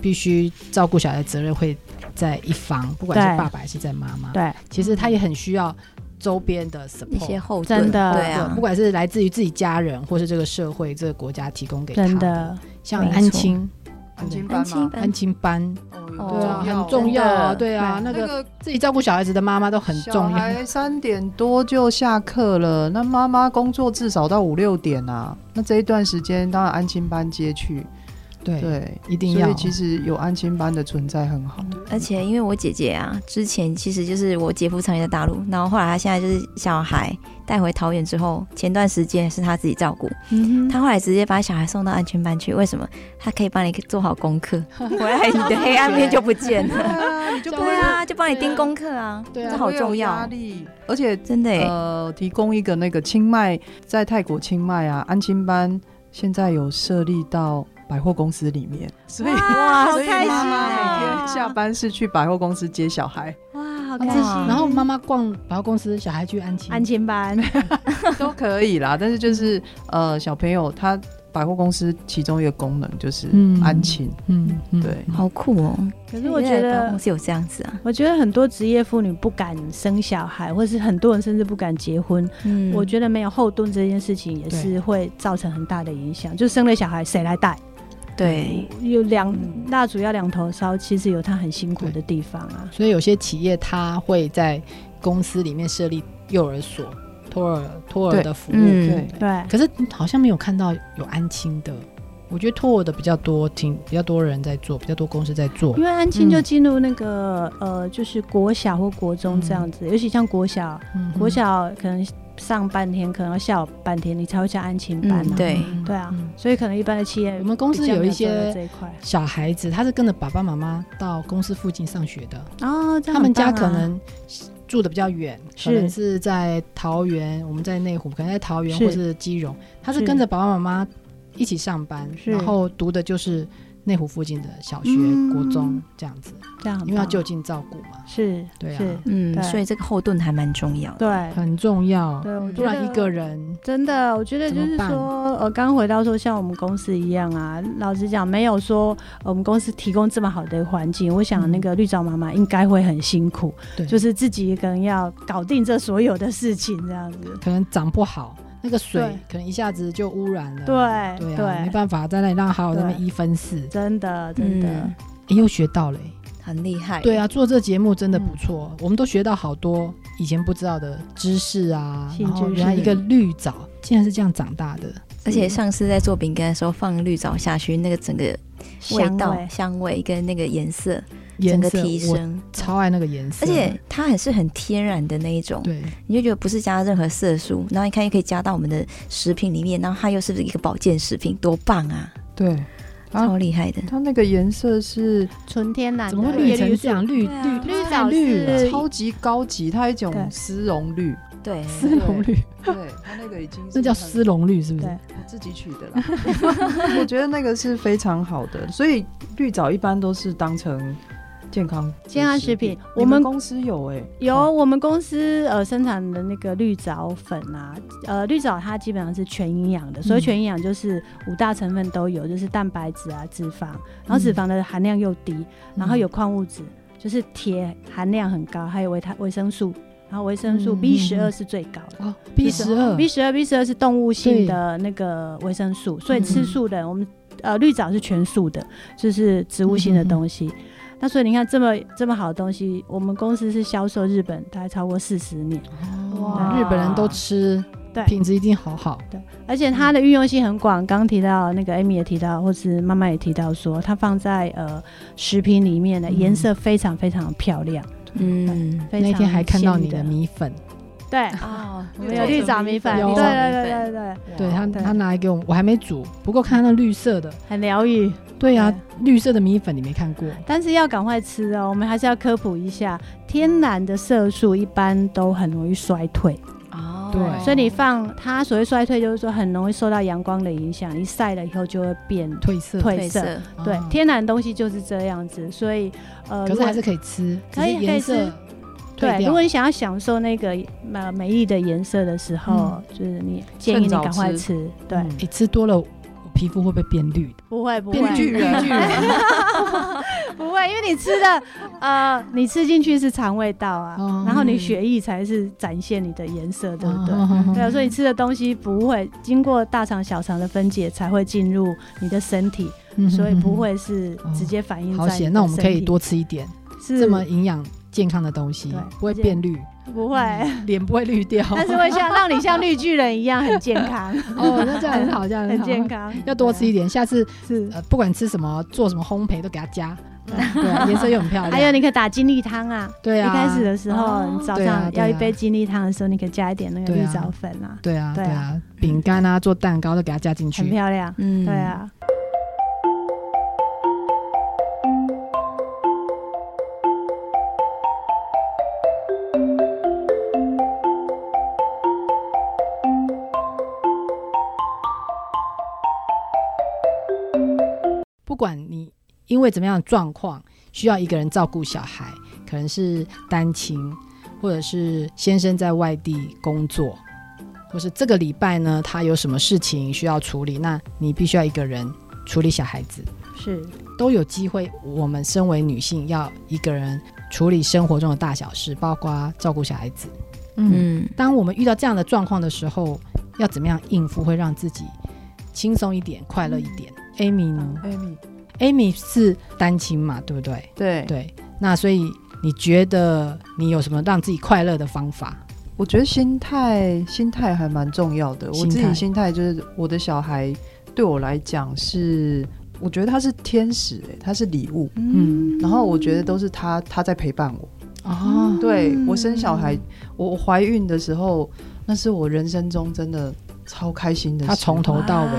Speaker 2: 必须照顾小孩的责任会在一方，不管是
Speaker 3: 对
Speaker 2: 爸爸还是在妈
Speaker 5: 啊
Speaker 2: 妈。
Speaker 3: 对，
Speaker 2: 其实他也很需要周边的
Speaker 4: 一些
Speaker 2: support。
Speaker 4: 后盾，
Speaker 3: 真的
Speaker 4: 对
Speaker 2: 对
Speaker 4: 啊
Speaker 2: 不，管是来自于自己家人，或是这个社会、这个国家提供给他
Speaker 3: 真的
Speaker 2: 像
Speaker 4: 没
Speaker 2: 安
Speaker 4: 错
Speaker 2: 亲，
Speaker 5: 安亲
Speaker 4: 安
Speaker 5: 班
Speaker 4: 亲
Speaker 5: 吗？
Speaker 4: 班
Speaker 2: 安亲班，
Speaker 4: 哦
Speaker 2: 对啊，
Speaker 4: 重要
Speaker 2: 很重要啊，
Speaker 4: 真的
Speaker 2: 对啊，那
Speaker 5: 那
Speaker 2: 个
Speaker 5: 个
Speaker 2: 自己照顾小孩子的妈妈都很重
Speaker 5: 小
Speaker 2: 要。
Speaker 5: 孩三点多就下课了，那妈妈工作至少到五六点啊。那这一段时间，当然安亲班接去，
Speaker 2: 对，
Speaker 5: 对，
Speaker 2: 一定要
Speaker 5: 所以。其实有安亲班的存在很好。
Speaker 4: 而且因为我姐姐啊，之前其实就是我姐夫常年在大陆，然后后来她现在就是小孩带回桃园之后，前段时间是她自己照顾，
Speaker 3: 嗯哼，
Speaker 4: 她后来直接把小孩送到安全班去，为什么？她可以帮你做好功 课，回来你的黑暗面就不见了。
Speaker 5: 啊，你就
Speaker 4: 对啊，就帮你盯功课啊，
Speaker 2: 对啊
Speaker 4: 这好重
Speaker 5: 压
Speaker 4: 要，
Speaker 5: 力，而且
Speaker 4: 真的耶、
Speaker 5: 呃，提供一个那个清迈在泰国清迈啊，安亲班现在有设立到百货公司里面， 所以
Speaker 4: 哇
Speaker 5: 所以
Speaker 4: 好开心
Speaker 5: 妈妈每
Speaker 4: 哦
Speaker 5: 天下班是去百货公司接小 孩，
Speaker 4: 哇，好
Speaker 2: 啊
Speaker 3: 哦
Speaker 4: 开
Speaker 2: 这
Speaker 4: 心！
Speaker 2: 是然后妈妈逛百货公司，小孩去安亲。
Speaker 3: 安亲班，
Speaker 5: 都可以啦。但是就是呃，小朋友他百货公司其中一个功能就是
Speaker 2: 嗯
Speaker 5: 安亲，
Speaker 2: 嗯，嗯
Speaker 5: 对
Speaker 4: 好酷哦！
Speaker 3: 可啊是我觉
Speaker 4: 原来百货
Speaker 3: 得
Speaker 4: 公司有这样子啊，
Speaker 3: 我觉得很多职业妇女不敢生小孩，或是很多人甚至不敢结婚。
Speaker 4: 嗯，
Speaker 3: 我觉得没有后盾这件事情也是会造成很大的影响。就生了小孩谁来带？
Speaker 4: 嗯
Speaker 3: 嗯
Speaker 4: 对，
Speaker 3: 有两蜡烛要两头烧，其实有它很辛苦的地方啊。
Speaker 2: 所以有些企业它会在公司里面设立幼儿所、托儿托儿
Speaker 5: 对
Speaker 2: 的服务。
Speaker 4: 嗯
Speaker 5: 对
Speaker 3: 对，
Speaker 2: 可是好像没有看到有安亲的，我觉得托儿的比较多，挺比较多人在做，比较多公司在做
Speaker 3: 因。为安亲就
Speaker 2: 嗯
Speaker 3: 进入那个、呃，就是国小或国中这样子，尤其像国小，
Speaker 2: 嗯哼
Speaker 3: 国小可能上半天，可能要下午半天，你才会叫安亲班啊。
Speaker 4: 嗯对
Speaker 3: 对啊
Speaker 2: 嗯
Speaker 3: 所以可能一般的企业
Speaker 2: 我们公司
Speaker 3: 比较没
Speaker 2: 有一
Speaker 3: 做到
Speaker 2: 些
Speaker 3: 这一块
Speaker 2: 小孩子，他是跟着爸爸妈妈到公司附近上学的，
Speaker 3: 哦，这样
Speaker 2: 他们家
Speaker 3: 很棒
Speaker 2: 可
Speaker 3: 啊
Speaker 2: 能住的比较远，可
Speaker 3: 是
Speaker 2: 能是在桃园，我们在内湖，可能在桃园
Speaker 3: 是
Speaker 2: 或是基隆，他是
Speaker 3: 是
Speaker 2: 跟着爸爸妈妈一起上班，
Speaker 3: 是
Speaker 2: 然后读的就是内湖附近的小学、
Speaker 3: 嗯
Speaker 2: 国中这样子，
Speaker 3: 这样很棒，
Speaker 2: 因为要就近照顾嘛，
Speaker 3: 是
Speaker 2: 对啊
Speaker 3: 是
Speaker 4: 嗯，
Speaker 3: 对
Speaker 4: 所以这个后盾还蛮重要的。
Speaker 3: 对
Speaker 2: 很重要，
Speaker 3: 对，我
Speaker 4: 嗯
Speaker 2: 不
Speaker 3: 觉
Speaker 2: 然一
Speaker 3: 得
Speaker 2: 个人
Speaker 3: 真的，我觉得就
Speaker 2: 怎
Speaker 3: 是
Speaker 2: 么办
Speaker 3: 说，呃，刚回到说像我们公司一样啊，老实讲，没有说、呃我们公司提供这么好的环境，我想
Speaker 2: 嗯
Speaker 3: 那个绿藻妈妈应该会很辛苦，
Speaker 2: 对
Speaker 3: 就是自己一个人要搞定这所有的事情，这样子，
Speaker 2: 可能长不好，那个水
Speaker 3: 对
Speaker 2: 可能一下子就污染了，
Speaker 3: 对
Speaker 2: 对啊，
Speaker 3: 对
Speaker 2: 没办法，在那里让好友在那边
Speaker 3: 对
Speaker 2: 一分四，诶
Speaker 3: 真的真
Speaker 4: 嗯，
Speaker 3: 的，
Speaker 2: 又学到了、诶欸
Speaker 4: 很厉害。
Speaker 2: 对，啊，做这节目真的不错，我们都学到好多以前不知道的知识啊。
Speaker 3: 新
Speaker 2: 然后
Speaker 3: 知识
Speaker 2: 原来一个绿藻竟然是这样长大的，
Speaker 4: 而且上次在做饼干的时候放绿藻下去，那个整个味
Speaker 3: 香
Speaker 4: 道、
Speaker 3: 味
Speaker 4: 香味跟那个颜色整
Speaker 2: 颜
Speaker 4: 个
Speaker 2: 色
Speaker 4: 提
Speaker 2: 我
Speaker 4: 升，嗯
Speaker 2: 超爱那个颜色，
Speaker 4: 而且它还是很天然的那一种，
Speaker 2: 对
Speaker 4: 你就觉得不是加任何色素，然后你看又可以加到我们的食品里面，然后它又是一个保健食品，多棒啊！
Speaker 5: 对，啊
Speaker 4: 超厉害的，
Speaker 5: 它那个颜色是
Speaker 3: 纯天然的
Speaker 2: 怎么会绿
Speaker 3: 叶
Speaker 2: 成
Speaker 3: 绿
Speaker 2: 这样？绿
Speaker 4: 对啊
Speaker 2: 绿
Speaker 3: 绿
Speaker 2: 太
Speaker 3: 藻
Speaker 2: 绿
Speaker 3: 是
Speaker 2: 了，
Speaker 5: 超级高级，它有一
Speaker 3: 对
Speaker 5: 种丝绒绿，
Speaker 4: 对，
Speaker 2: 丝绒绿，
Speaker 5: 对，它 那个已经是
Speaker 2: 那叫
Speaker 5: 很
Speaker 2: 丝绒绿是不是嗯
Speaker 3: 对？
Speaker 5: 我自己取的啦， 我觉得那个是非常好的，所以绿藻一般都是当成健康
Speaker 3: 健康食
Speaker 5: 食
Speaker 3: 品我
Speaker 5: 我
Speaker 3: 们
Speaker 5: 们公司有哎、
Speaker 3: 有我们公司呃生产的那个绿藻粉啊，呃绿藻它基本上是全营养的，所
Speaker 2: 嗯
Speaker 3: 以全营养就是五大成分都有，就是蛋白质啊、脂肪，然
Speaker 2: 嗯
Speaker 3: 后脂肪的含量又低，然后有矿物质，就是铁含量很高，还有维他维生素，然后维生素
Speaker 2: 嗯
Speaker 3: B 十
Speaker 2: 嗯
Speaker 3: 二
Speaker 2: 嗯
Speaker 3: 是最高的。
Speaker 2: 哦 B 十二
Speaker 3: B 十二 B 十二是动物性的那个维生素，
Speaker 2: 嗯
Speaker 3: 所以吃素的人我们呃绿藻是全素的，就是植物性的东西。
Speaker 2: 嗯
Speaker 3: 那所以你看这么这么好的东西，我们公司是销售日本大概超过四十年，
Speaker 2: 哇，哦日本人都吃，
Speaker 3: 对
Speaker 2: 品质一定好好，
Speaker 3: 对，而且它的运用性很广。刚刚提到那个 Amy 也提到，或是妈妈也提到说，它放在呃食品里面的
Speaker 2: 嗯
Speaker 3: 颜色非常非常漂亮，
Speaker 4: 嗯，
Speaker 3: 非常
Speaker 2: 那天还看到你的
Speaker 3: 鲜
Speaker 2: 米粉，
Speaker 3: 对。
Speaker 4: 哦，
Speaker 3: 我们有绿藻米粉，
Speaker 2: 有
Speaker 3: 对对对对
Speaker 4: 粉
Speaker 3: 对，
Speaker 2: 对他
Speaker 3: 对
Speaker 2: 他拿来给我，我还没煮，不过看到那绿色的，
Speaker 3: 很疗愈。
Speaker 2: 对呀
Speaker 3: 对，
Speaker 2: 绿色的米粉你没看过，
Speaker 3: 但是要赶快吃哦，我们还是要科普一下，天然的色素一般都很容易衰退，
Speaker 4: 哦，
Speaker 2: 对
Speaker 3: 所以你放它所谓衰退，就是说很容易受到阳光的影响，一晒了以后就会变
Speaker 2: 褪色，
Speaker 3: 褪
Speaker 4: 褪
Speaker 3: 色。
Speaker 4: 色，
Speaker 2: 啊
Speaker 3: 对，天然东西就是这样子，所以呃，
Speaker 2: 可
Speaker 3: 如
Speaker 2: 是
Speaker 3: 果
Speaker 2: 还是可以吃，
Speaker 3: 可以
Speaker 2: 只是颜色
Speaker 3: 可以
Speaker 2: 退
Speaker 3: 吃对，如
Speaker 2: 掉
Speaker 3: 果。你想要享受那个呃
Speaker 2: 嗯
Speaker 3: 美丽的颜色的时候，就是你建议你赶快吃，对，
Speaker 5: 嗯
Speaker 2: 你吃多了，我皮肤会不会变绿的？
Speaker 3: 不会不
Speaker 2: 变
Speaker 3: 会
Speaker 2: 绿人，绿人
Speaker 3: 不会，因为你吃 的呃，你吃进去是肠胃道啊，
Speaker 2: 哦嗯
Speaker 3: 然后你血液才是展现你的颜色，对不对？对
Speaker 2: 对
Speaker 3: 啊，所以你吃的东西不会经过大肠、小肠的分解，才会进入你的身体，
Speaker 2: 以
Speaker 3: 所以不。会是直接反映在
Speaker 2: 嗯好
Speaker 3: 你的
Speaker 2: 险，那我们可
Speaker 3: 身
Speaker 2: 以
Speaker 3: 体
Speaker 2: 多吃一点
Speaker 3: 是
Speaker 2: 这么营养健康的东西
Speaker 3: 对，
Speaker 2: 不会变 绿，
Speaker 3: 不会，
Speaker 2: 脸不会绿掉。
Speaker 3: 但是会像让你像绿巨人一样很健 康，
Speaker 2: 哦，那这样很好，这样
Speaker 3: 很
Speaker 2: 好
Speaker 3: 健。康，
Speaker 2: 要多吃一
Speaker 3: 点
Speaker 2: 点，下次
Speaker 3: 是。
Speaker 2: 呃，不管吃什么，做什么烘焙都给它加，
Speaker 3: 对
Speaker 2: 对啊，颜色又很漂亮。
Speaker 3: 嗯 还有，你可以打精力汤啊。
Speaker 2: 对啊，
Speaker 3: 一开始的时候，
Speaker 2: 哦
Speaker 3: 你早
Speaker 2: 对啊
Speaker 3: 上
Speaker 2: 对
Speaker 3: 要一
Speaker 2: 啊
Speaker 3: 杯精力汤的时候，你可以加一点那个
Speaker 2: 对
Speaker 3: 绿
Speaker 2: 啊
Speaker 3: 藻粉啊，
Speaker 2: 对啊，
Speaker 3: 对
Speaker 2: 对
Speaker 3: 啊
Speaker 2: 啊，饼干啊，做蛋糕都给它加进
Speaker 3: 很
Speaker 2: 去。
Speaker 3: 漂亮。
Speaker 4: 嗯
Speaker 3: 对，啊，
Speaker 2: 不管你因为怎么样的状况，需要一个人照顾小孩，可能是单亲，或者是先生在外地工作，或是这个礼拜呢他有什么事情需要处理，那你必须要一个人处理小孩子，
Speaker 3: 是
Speaker 2: 都有机会。我们身为女性，要一个人处理生活中的大小事，包括照顾小孩子。
Speaker 4: 嗯
Speaker 2: 当我们遇到这样的状况的时候，要怎么样应付，会让自己轻松一点、快乐一点？Amy 呢？
Speaker 5: Amy，
Speaker 2: Amy 是单亲嘛，对不对？
Speaker 5: 对，
Speaker 2: 对，那所以你觉得你有什么让自己快乐的方法？
Speaker 5: 我觉得心态心态还蛮重要的。我
Speaker 2: 心
Speaker 5: 自
Speaker 2: 态
Speaker 5: 己心态就是我的小孩对我来讲是，我觉得他是天使、欸，他是礼物。
Speaker 2: 嗯，
Speaker 5: 然后我觉得都是他他在陪伴我。
Speaker 4: 嗯
Speaker 2: 哦，
Speaker 5: 对我生小孩，我我怀孕的时候，那是我人生中真的超开心的事。
Speaker 2: 他从头到尾，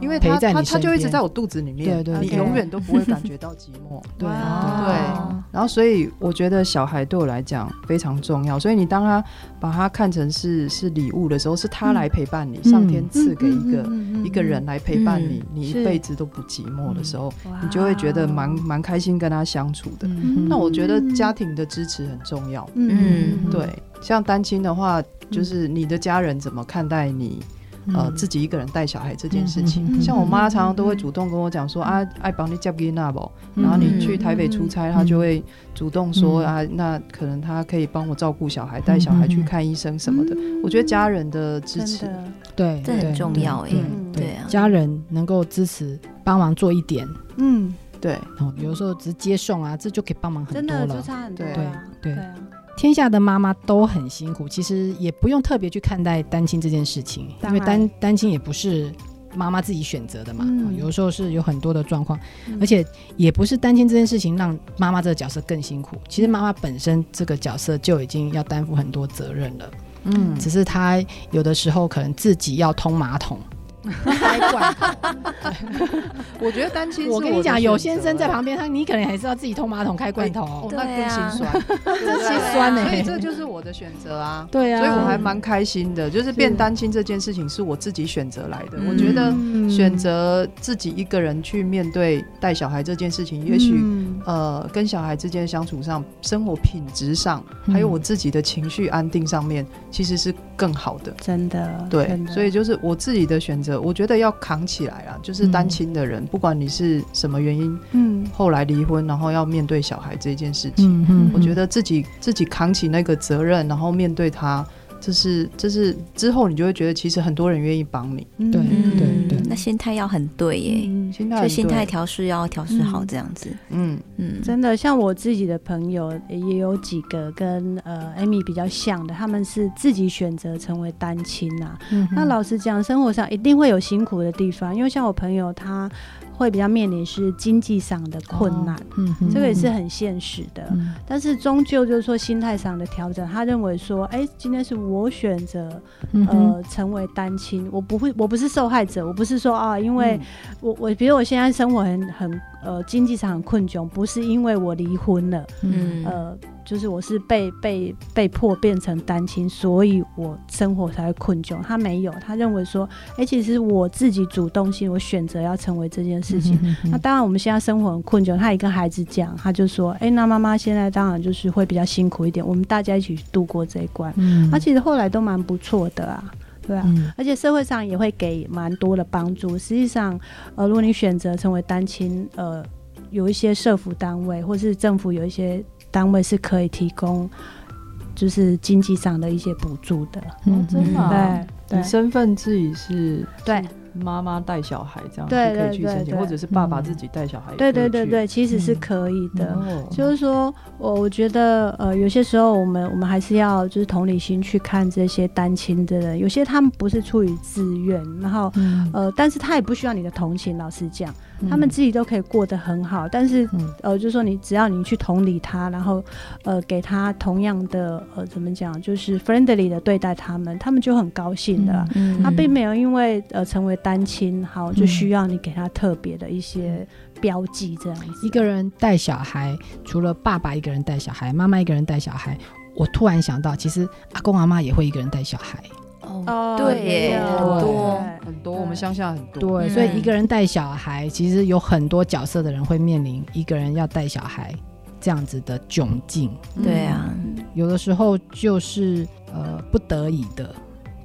Speaker 5: 因为
Speaker 2: 陪
Speaker 5: 他
Speaker 2: 在
Speaker 5: 他
Speaker 2: 你
Speaker 5: 他就
Speaker 2: 身
Speaker 5: 一直
Speaker 2: 边
Speaker 5: 在我肚子里
Speaker 2: 对
Speaker 5: 面，
Speaker 2: 对
Speaker 5: 你
Speaker 3: 对
Speaker 5: 永远都不会感觉到寂寞。
Speaker 2: 对
Speaker 3: 哇
Speaker 2: 对
Speaker 3: 哦
Speaker 5: 对然后，所以我觉得小孩对我来讲非常重要。所以你当他把他看成是是礼物的时候，是
Speaker 2: 嗯
Speaker 5: 他来陪伴你，上天赐给一个、一个人来陪伴
Speaker 2: 嗯
Speaker 5: 你，你一
Speaker 3: 是
Speaker 5: 辈子都不寂寞的时候，
Speaker 3: 哇
Speaker 5: 你就会觉得蛮蛮开心跟他相处的。
Speaker 2: 嗯
Speaker 5: 那我觉得家庭的支持很重要。
Speaker 4: 嗯
Speaker 5: 对，像单亲的话，就是
Speaker 2: 嗯
Speaker 5: 你的家人怎么看待你、呃自己一个人带小孩这件事情。
Speaker 2: 嗯嗯嗯
Speaker 5: 像我妈常常都会主动跟我讲说、啊，爱帮你接囡仔
Speaker 2: 嗯
Speaker 5: 不？然后你去台北出差，他就会主动说
Speaker 2: 嗯
Speaker 5: 啊，那可能他可以帮我照顾小孩，带小孩去看医生什么的。
Speaker 2: 嗯
Speaker 5: 我觉得家人的支持
Speaker 3: 真，的，
Speaker 2: 对，
Speaker 4: 这很
Speaker 2: 对
Speaker 4: 重
Speaker 2: 对
Speaker 4: 要欸
Speaker 2: 对
Speaker 3: 嗯
Speaker 4: 对啊
Speaker 2: 家人能够支持帮忙做一点，
Speaker 3: 嗯，
Speaker 5: 对，
Speaker 2: 哦，有时候只是接送啊，这就可以帮忙很
Speaker 3: 真
Speaker 2: 多
Speaker 3: 的就
Speaker 2: 了。
Speaker 3: 差很多
Speaker 5: 对
Speaker 3: 啊，
Speaker 2: 对
Speaker 3: 对啊，
Speaker 2: 天下的妈妈都很辛苦，其实也不用特别去看待单亲这件事情，因
Speaker 3: 当然
Speaker 2: 为单单亲也不是妈妈自己选择的嘛，
Speaker 3: 嗯
Speaker 2: 哦有的时候是有很多的状况，
Speaker 3: 嗯
Speaker 2: 而且也不是单亲这件事情让妈妈这个角色更辛苦，其实妈妈本身这个角色就已经要担负很多责任了，
Speaker 5: 嗯
Speaker 2: 只是她有的时候可能自己要通马桶。开罐头
Speaker 5: 我觉得单亲是
Speaker 2: 我
Speaker 5: 的
Speaker 2: 跟你讲，有先生在
Speaker 5: 选择
Speaker 2: 旁边，他你可能还是要自己通马桶、开罐头哦，，
Speaker 5: 哦那
Speaker 4: 对
Speaker 5: 更
Speaker 4: 啊
Speaker 5: 心酸，
Speaker 2: 这心酸欸呢、
Speaker 5: 所以这就是我的选择啊。
Speaker 2: 对啊，
Speaker 5: 所以我还蛮开心的，就是变单亲这件事情是我自己选择来的。
Speaker 4: 嗯
Speaker 5: 我觉得
Speaker 2: 嗯
Speaker 5: 选择自己一个人去面对带小孩这件事情，也许
Speaker 3: 嗯
Speaker 5: 呃跟小孩之间的相处上、生活品质上，
Speaker 2: 嗯
Speaker 5: 还有我自己的情绪安定上面，其实是更好的。
Speaker 3: 真的，
Speaker 5: 对
Speaker 3: 嗯真，的
Speaker 5: 所以就是我自己的选择，我觉得要扛起来啦。就是单亲的人，不管你是什么原因，
Speaker 3: 嗯，
Speaker 5: 后来离婚，然后要面对小孩这件事情，
Speaker 2: 嗯嗯，
Speaker 5: 我觉得自己自己扛起那个责任，然后面对他，这是这是之后你就会觉得，其实很多人愿意帮你，
Speaker 3: 嗯
Speaker 2: 对
Speaker 4: 嗯，
Speaker 2: 对对
Speaker 4: 那心态要很对耶，
Speaker 3: 嗯
Speaker 5: 心态很
Speaker 4: 就
Speaker 5: 对
Speaker 4: 心态，调试要调试好这样子，
Speaker 5: 嗯
Speaker 4: 嗯，
Speaker 3: 真的，像我自己的朋友也有几个跟呃 Amy 比较像的，他们是自己选择成为单亲啊，
Speaker 2: 嗯
Speaker 3: 那老实讲，生活上一定会有辛苦的地方，因为像我朋友他会比较面临是经济上的困难，
Speaker 5: 哦
Speaker 2: 嗯嗯
Speaker 3: 这个也是很现实的。
Speaker 2: 嗯
Speaker 3: 但是终究就是说心态上的调整，他认为说，哎、今天是我选择
Speaker 2: 嗯哼
Speaker 3: 呃成为单亲，我不会，我不是受害者，我不是说啊，因
Speaker 2: 嗯
Speaker 3: 为我我比如我现在生活很很呃经济上很困窘，不是因为我离婚了，
Speaker 4: 嗯
Speaker 3: 呃，就是我是被被被迫变成单亲，所以我生活才会困窘。他没有，他认为说，哎、其实我自己主动性，我选择要成为这件事
Speaker 2: 嗯
Speaker 3: 情。那当然，我们现在生活很困窘。他也跟孩子讲，他就说，哎、那妈妈现在当然就是会比较辛苦一点，我们大家一起度过这一关。
Speaker 2: 嗯
Speaker 3: 他、其实后来都蛮不错的啊。对啊。
Speaker 2: 嗯
Speaker 3: 而且社会上也会给蛮多的帮助。实际上，呃，如果你选择成为单亲，呃，有一些社服单位或是政府有一些单位是可以提供，就是经济上的一些补助的。
Speaker 2: 嗯
Speaker 5: 真的啊
Speaker 3: 对对
Speaker 5: 你身份自己是
Speaker 3: 对
Speaker 5: 妈妈带小孩这样就
Speaker 3: 对
Speaker 5: 可以去
Speaker 3: 对
Speaker 5: 申请，
Speaker 3: 对
Speaker 5: 或者是爸爸
Speaker 2: 嗯
Speaker 5: 自己带小孩也可以
Speaker 3: 对
Speaker 5: 去，
Speaker 3: 对对对，其实是
Speaker 2: 嗯
Speaker 3: 可以的。
Speaker 5: 哦，
Speaker 3: 就是说，我我觉得，呃，有些时候我们我们还是要就是同理心去看这些单亲的人，有些他们不是出于自愿，然后
Speaker 2: 嗯
Speaker 3: 呃，但是他也不需要你的同情。老实讲，
Speaker 2: 嗯
Speaker 3: 他们自己都可以过得很好，但是
Speaker 2: 嗯
Speaker 3: 呃，就是说你只要你去同理他，然后呃给他同样的呃怎么讲，就是 friendly 的对待他们，他们就很高兴的啦。
Speaker 4: 嗯
Speaker 3: 他并没有因为呃成为单亲，好就
Speaker 2: 嗯
Speaker 3: 需要你给他特别的一些标记这样子。
Speaker 2: 一个人带小孩，除了爸爸一个人带小孩，妈妈一个人带小孩，我突然想到，其实阿公阿妈也会一个人带小孩。
Speaker 4: 哦
Speaker 3: 哦，
Speaker 4: 对
Speaker 3: 也
Speaker 4: 耶，
Speaker 3: 有
Speaker 4: 很多，
Speaker 3: 对
Speaker 5: 很多我们乡下很多，
Speaker 2: 对，
Speaker 4: 嗯
Speaker 2: 所以一个人带小孩，其实有很多角色的人会面临一个人要带小孩这样子的窘境，
Speaker 4: 对啊，
Speaker 2: 有的时候就是呃不得已的，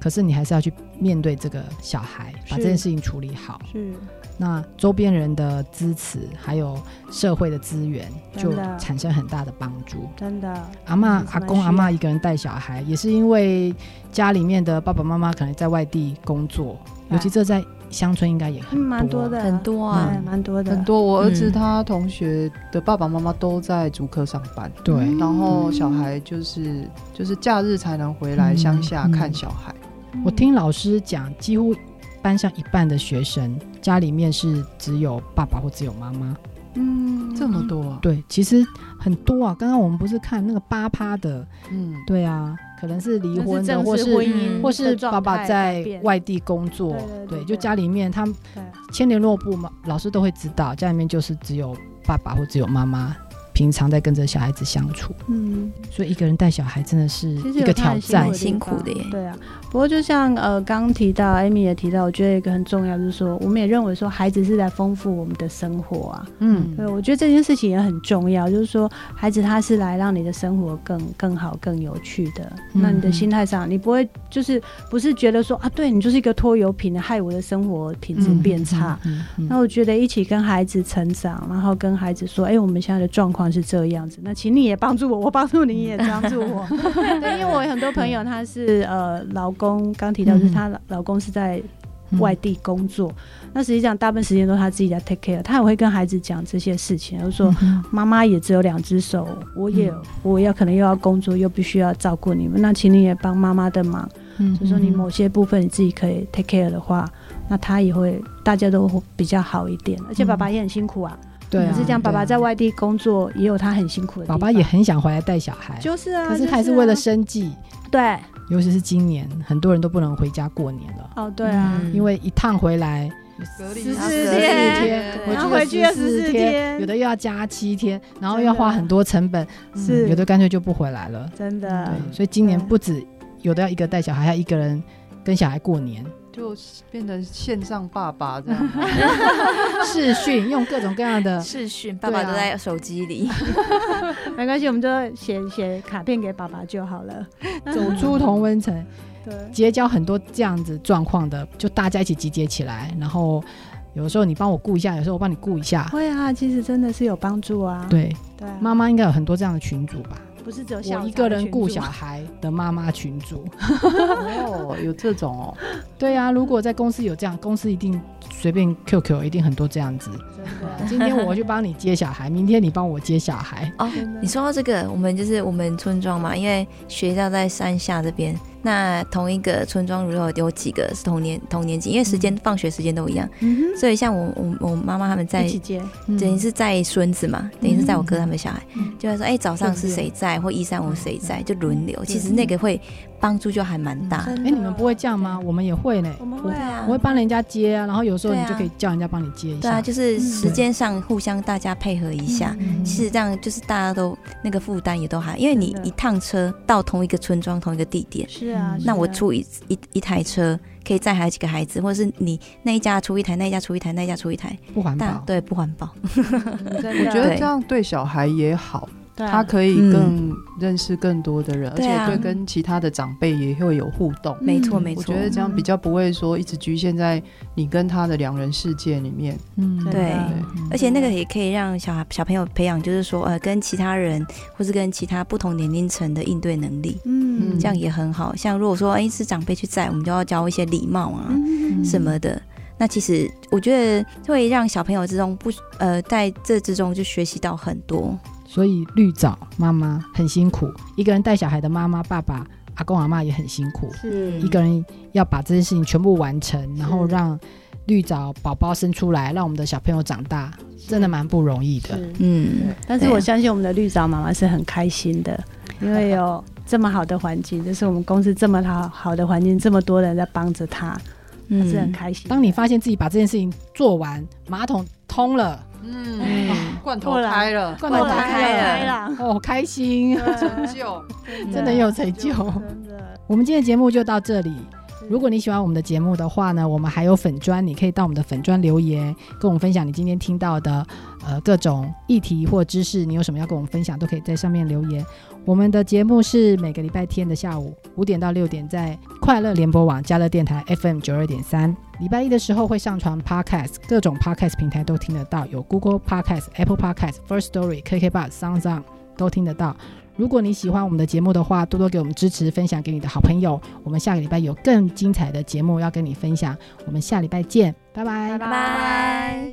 Speaker 2: 可是你还是要去面对这个小孩，把
Speaker 3: 是
Speaker 2: 这件事情处理好。
Speaker 3: 是
Speaker 2: 那周边人的支持，还有社会的资源，就
Speaker 3: 真的
Speaker 2: 产生很大的帮助。
Speaker 3: 真的。
Speaker 2: 阿嬷、
Speaker 3: 嗯
Speaker 2: 阿公、阿妈一个人带小孩，也是因为家里面的爸爸妈妈可能在外地工作，
Speaker 3: 对
Speaker 2: 尤其这在乡村应该也很
Speaker 3: 嗯，蛮多的，
Speaker 4: 很多啊
Speaker 3: 对，蛮多的，
Speaker 5: 很多。我儿子
Speaker 4: 嗯
Speaker 5: 他同学的爸爸妈妈都在竹科上班，
Speaker 2: 对，
Speaker 5: 然
Speaker 3: 嗯
Speaker 5: 后小孩就是就是假日才能回来乡下
Speaker 2: 嗯嗯
Speaker 5: 看小孩。
Speaker 2: 我听老师讲，几乎班上一半的学生家里面是只有爸爸或只有妈妈。
Speaker 3: 嗯
Speaker 5: 这么多啊？
Speaker 2: 对，其实很多啊。刚刚我们不是看那个八趴的，
Speaker 5: 嗯，
Speaker 2: 对啊，可能是离
Speaker 3: 那
Speaker 2: 婚
Speaker 3: 是
Speaker 2: 的，或
Speaker 3: 正式
Speaker 2: 是
Speaker 3: 婚姻
Speaker 4: 嗯
Speaker 2: 或是
Speaker 3: 的状
Speaker 2: 爸爸
Speaker 3: 态
Speaker 2: 在
Speaker 3: 改变
Speaker 2: 外地工作，
Speaker 3: 对对对
Speaker 2: 就
Speaker 3: 对
Speaker 2: 家里面他们
Speaker 3: 对
Speaker 2: 签联络部嘛，老师都会知道，家里面就是只有爸爸或只有妈妈。平常在跟着小孩子相处，
Speaker 3: 嗯，
Speaker 2: 所以一个人带小孩真的是
Speaker 3: 其实
Speaker 2: 一
Speaker 3: 有
Speaker 2: 个
Speaker 3: 他
Speaker 2: 挑
Speaker 3: 很
Speaker 2: 战
Speaker 4: 蛮。辛苦的耶
Speaker 3: 地方对啊，不过就像呃刚提到，Amy 也提到，我觉得一个很重要就是说，我们也认为说孩子是来丰富我们的生活啊。
Speaker 5: 嗯，
Speaker 3: 对，我觉得这件事情也很重要，就是说孩子他是来让你的生活更更好、更有趣的。
Speaker 2: 嗯
Speaker 3: 那你的心态上，你不会就是不是觉得说啊，对你就是一个拖油瓶，害我的生活品质
Speaker 2: 嗯
Speaker 3: 变差。
Speaker 2: 嗯嗯
Speaker 3: 那我觉得一起跟孩子成长，然后跟孩子说，哎、我们现在的状况是这样子，那请你也帮助我，我帮助你也帮助我。 对，因为我有很多朋友他是呃，老公刚提到就是她老老公是在
Speaker 2: 嗯
Speaker 3: 外地工作，那实际上大部分时间都是他自己在 take care，他也会跟孩子讲这些事情，就是说。
Speaker 2: 嗯
Speaker 3: 妈妈也只有两只手，我也、
Speaker 2: 嗯
Speaker 3: 我要可能又要工作，又必须要照顾你们，那请你也帮妈妈的忙，
Speaker 2: 嗯
Speaker 3: 就说你某些部分你自己可以 take care 的话，那他也会大家都会比较好一点。而且爸爸也很辛苦啊，
Speaker 2: 对啊
Speaker 3: 可是这样，爸
Speaker 2: 对
Speaker 3: 爸
Speaker 2: 啊
Speaker 3: 在外地工作也有他很辛苦的地
Speaker 2: 爸
Speaker 3: 方。
Speaker 2: 爸也很想回来带小孩，
Speaker 3: 就是啊，
Speaker 2: 可是
Speaker 3: 就
Speaker 2: 他还是
Speaker 3: 啊
Speaker 2: 为了生计，
Speaker 3: 对
Speaker 2: 尤其是今年，很多人都不能回家过年了，
Speaker 3: 哦对啊，
Speaker 4: 嗯
Speaker 2: 因为一趟回来
Speaker 5: 隔
Speaker 3: 十
Speaker 5: 啊
Speaker 3: 四
Speaker 5: 隔离
Speaker 3: 天
Speaker 5: 对
Speaker 3: 然
Speaker 2: 我记得
Speaker 3: 后回去要
Speaker 2: 14
Speaker 3: 14天
Speaker 2: 有的又要加七天，然后
Speaker 3: 真
Speaker 2: 要
Speaker 3: 的
Speaker 2: 花很多成本，嗯
Speaker 3: 是
Speaker 2: 有的干脆就不回来了。
Speaker 3: 真的
Speaker 5: 嗯
Speaker 2: 所以今年
Speaker 3: 对
Speaker 2: 不止有的要一个带小孩，还要一个人跟小孩过 年，
Speaker 5: 就是变成线上爸爸这样。
Speaker 2: 视讯用各种各样 的，
Speaker 4: 视讯，爸爸
Speaker 2: 对啊
Speaker 4: 都在手机里，
Speaker 3: 没关系，我们就写写卡片给爸爸就好 了。
Speaker 2: 走出同温层，
Speaker 3: 对，
Speaker 2: 结交很多这样子状况的，就大家一起集结起来，然后有的时候你帮我顾一下，有时候我帮你顾一下。
Speaker 3: 会啊，其实真的是有帮助啊。
Speaker 2: 对，
Speaker 3: 对啊，
Speaker 2: 妈妈应该有很多这样的群主吧？
Speaker 3: 不是只有校
Speaker 2: 我一
Speaker 3: 长
Speaker 2: 个
Speaker 3: 的
Speaker 2: 人
Speaker 3: 群
Speaker 2: 顾
Speaker 3: 组
Speaker 2: 小孩的妈妈群主。
Speaker 5: 哦，有这种哦，
Speaker 2: 对啊，如果在公司有这样，公司一定随便 QQ 一定很多这样子。
Speaker 3: 真的
Speaker 2: 今天我去帮你接小孩，明天你帮我接小孩。
Speaker 4: 哦，
Speaker 3: 真的
Speaker 4: 你说到这个，我们就是我们村庄嘛，因为学校在山下这边，那同一个村庄如果有几个是同年同年级，因为时间、放学时间都一样，
Speaker 3: 嗯
Speaker 4: 所以像我我我妈妈他们在
Speaker 3: 一起接，
Speaker 4: 等于是在孙子嘛，等于是在我哥他们小孩，
Speaker 2: 嗯
Speaker 4: 就会说，哎、早上是谁在，或一三五谁在，就轮流。其实那个会帮助就还蛮大
Speaker 2: 哎、
Speaker 4: 的。
Speaker 2: 诶你们不会这样吗？我们也会呢。
Speaker 3: 我们会啊，
Speaker 2: 我会帮人家接啊，然后有时候
Speaker 4: 对啊
Speaker 2: 你就可以叫人家帮你接一
Speaker 4: 对啊，
Speaker 2: 下。
Speaker 4: 就是时间上互相大家配合一下，
Speaker 2: 嗯
Speaker 4: 其实这样就是大家都那个负担也都还，因为你
Speaker 3: 真的
Speaker 4: 一趟车到同一个村庄同一个地点，
Speaker 3: 是啊
Speaker 2: 嗯，
Speaker 3: 是
Speaker 4: 那我
Speaker 3: 啊
Speaker 4: 出一一一台车可以载好几个孩子，或者是你那一家出一台，那一家出一台，那一家出一台，
Speaker 2: 不环
Speaker 4: 但
Speaker 2: 保。
Speaker 4: 对不环保，
Speaker 3: 嗯真的
Speaker 5: 我觉得
Speaker 4: 对
Speaker 5: 这样对小孩也好，
Speaker 3: 对啊
Speaker 5: 他可以
Speaker 4: 嗯
Speaker 5: 更认识更多的人，而
Speaker 4: 对
Speaker 5: 且
Speaker 4: 啊
Speaker 5: 对跟其他的长辈也会有互动。
Speaker 4: 没错
Speaker 3: 嗯
Speaker 4: 没
Speaker 5: 我
Speaker 4: 错
Speaker 5: 觉，得这样比较不会说一直局限在你跟他的两人世界里面。
Speaker 2: 嗯，
Speaker 3: 真的
Speaker 4: 对
Speaker 2: 嗯
Speaker 4: 而且那个也可以让小孩小朋友培养，就是说呃跟其他人或是跟其他不同年龄层的应对能力，
Speaker 3: 嗯
Speaker 5: 嗯
Speaker 4: 这样也很好。像如果说哎是长辈去载，我们就要教一些礼貌啊，
Speaker 3: 嗯
Speaker 4: 什么的。那其实我觉得会让小朋友之中不呃，在这之中就学习到很多。
Speaker 2: 所以绿藻妈妈很辛苦，一个人带小孩的妈妈、爸爸、阿公阿妈也很辛苦，
Speaker 3: 是
Speaker 2: 一个人要把这些事情全部完成，然后
Speaker 3: 是
Speaker 2: 让绿藻宝宝生出来，让我们的小朋友长大，真的蛮不容易的。
Speaker 3: 是
Speaker 4: 嗯，
Speaker 3: 但是我相信我们的绿藻妈妈是很开心的，因为有这么好的环境，就是我们公司这么好好的环境，这么多人在帮着她，她是很
Speaker 4: 嗯，
Speaker 3: 开心的。
Speaker 2: 当你发现自己把这件事情做完，马桶通了，
Speaker 5: 嗯，罐头
Speaker 3: 过来
Speaker 5: 开 了，
Speaker 4: 嗯
Speaker 2: 罐
Speaker 3: 过
Speaker 2: 头
Speaker 3: 来
Speaker 2: 打开
Speaker 3: 开
Speaker 2: 了，
Speaker 3: 朗，
Speaker 2: 哦，开心，
Speaker 5: 成就。
Speaker 2: 真的有成就。
Speaker 3: 啊真的。
Speaker 2: 我们今天的节目就到这里。如果你喜欢我们的节目的话呢，我们还有粉砖，你可以到我们的粉砖留言，跟我们分享你今天听到的呃各种议题或知识，你有什么要跟我们分享，都可以在上面留言。我们的节目是每个礼拜天的下午五点到六点，在快乐联播网加乐电台 FM 九二点三。礼拜一的时候会上传 Podcast，各种 Podcast 平台都听得到，有 Google Podcast、Apple Podcast、First Story、KKBox、Sound On 都听得到。如果你喜欢我们的节目的话，多多给我们支持，分享给你的好朋友。我们下个礼拜有更精彩的节目要跟你分享，我们下礼拜见，拜拜
Speaker 4: 拜拜。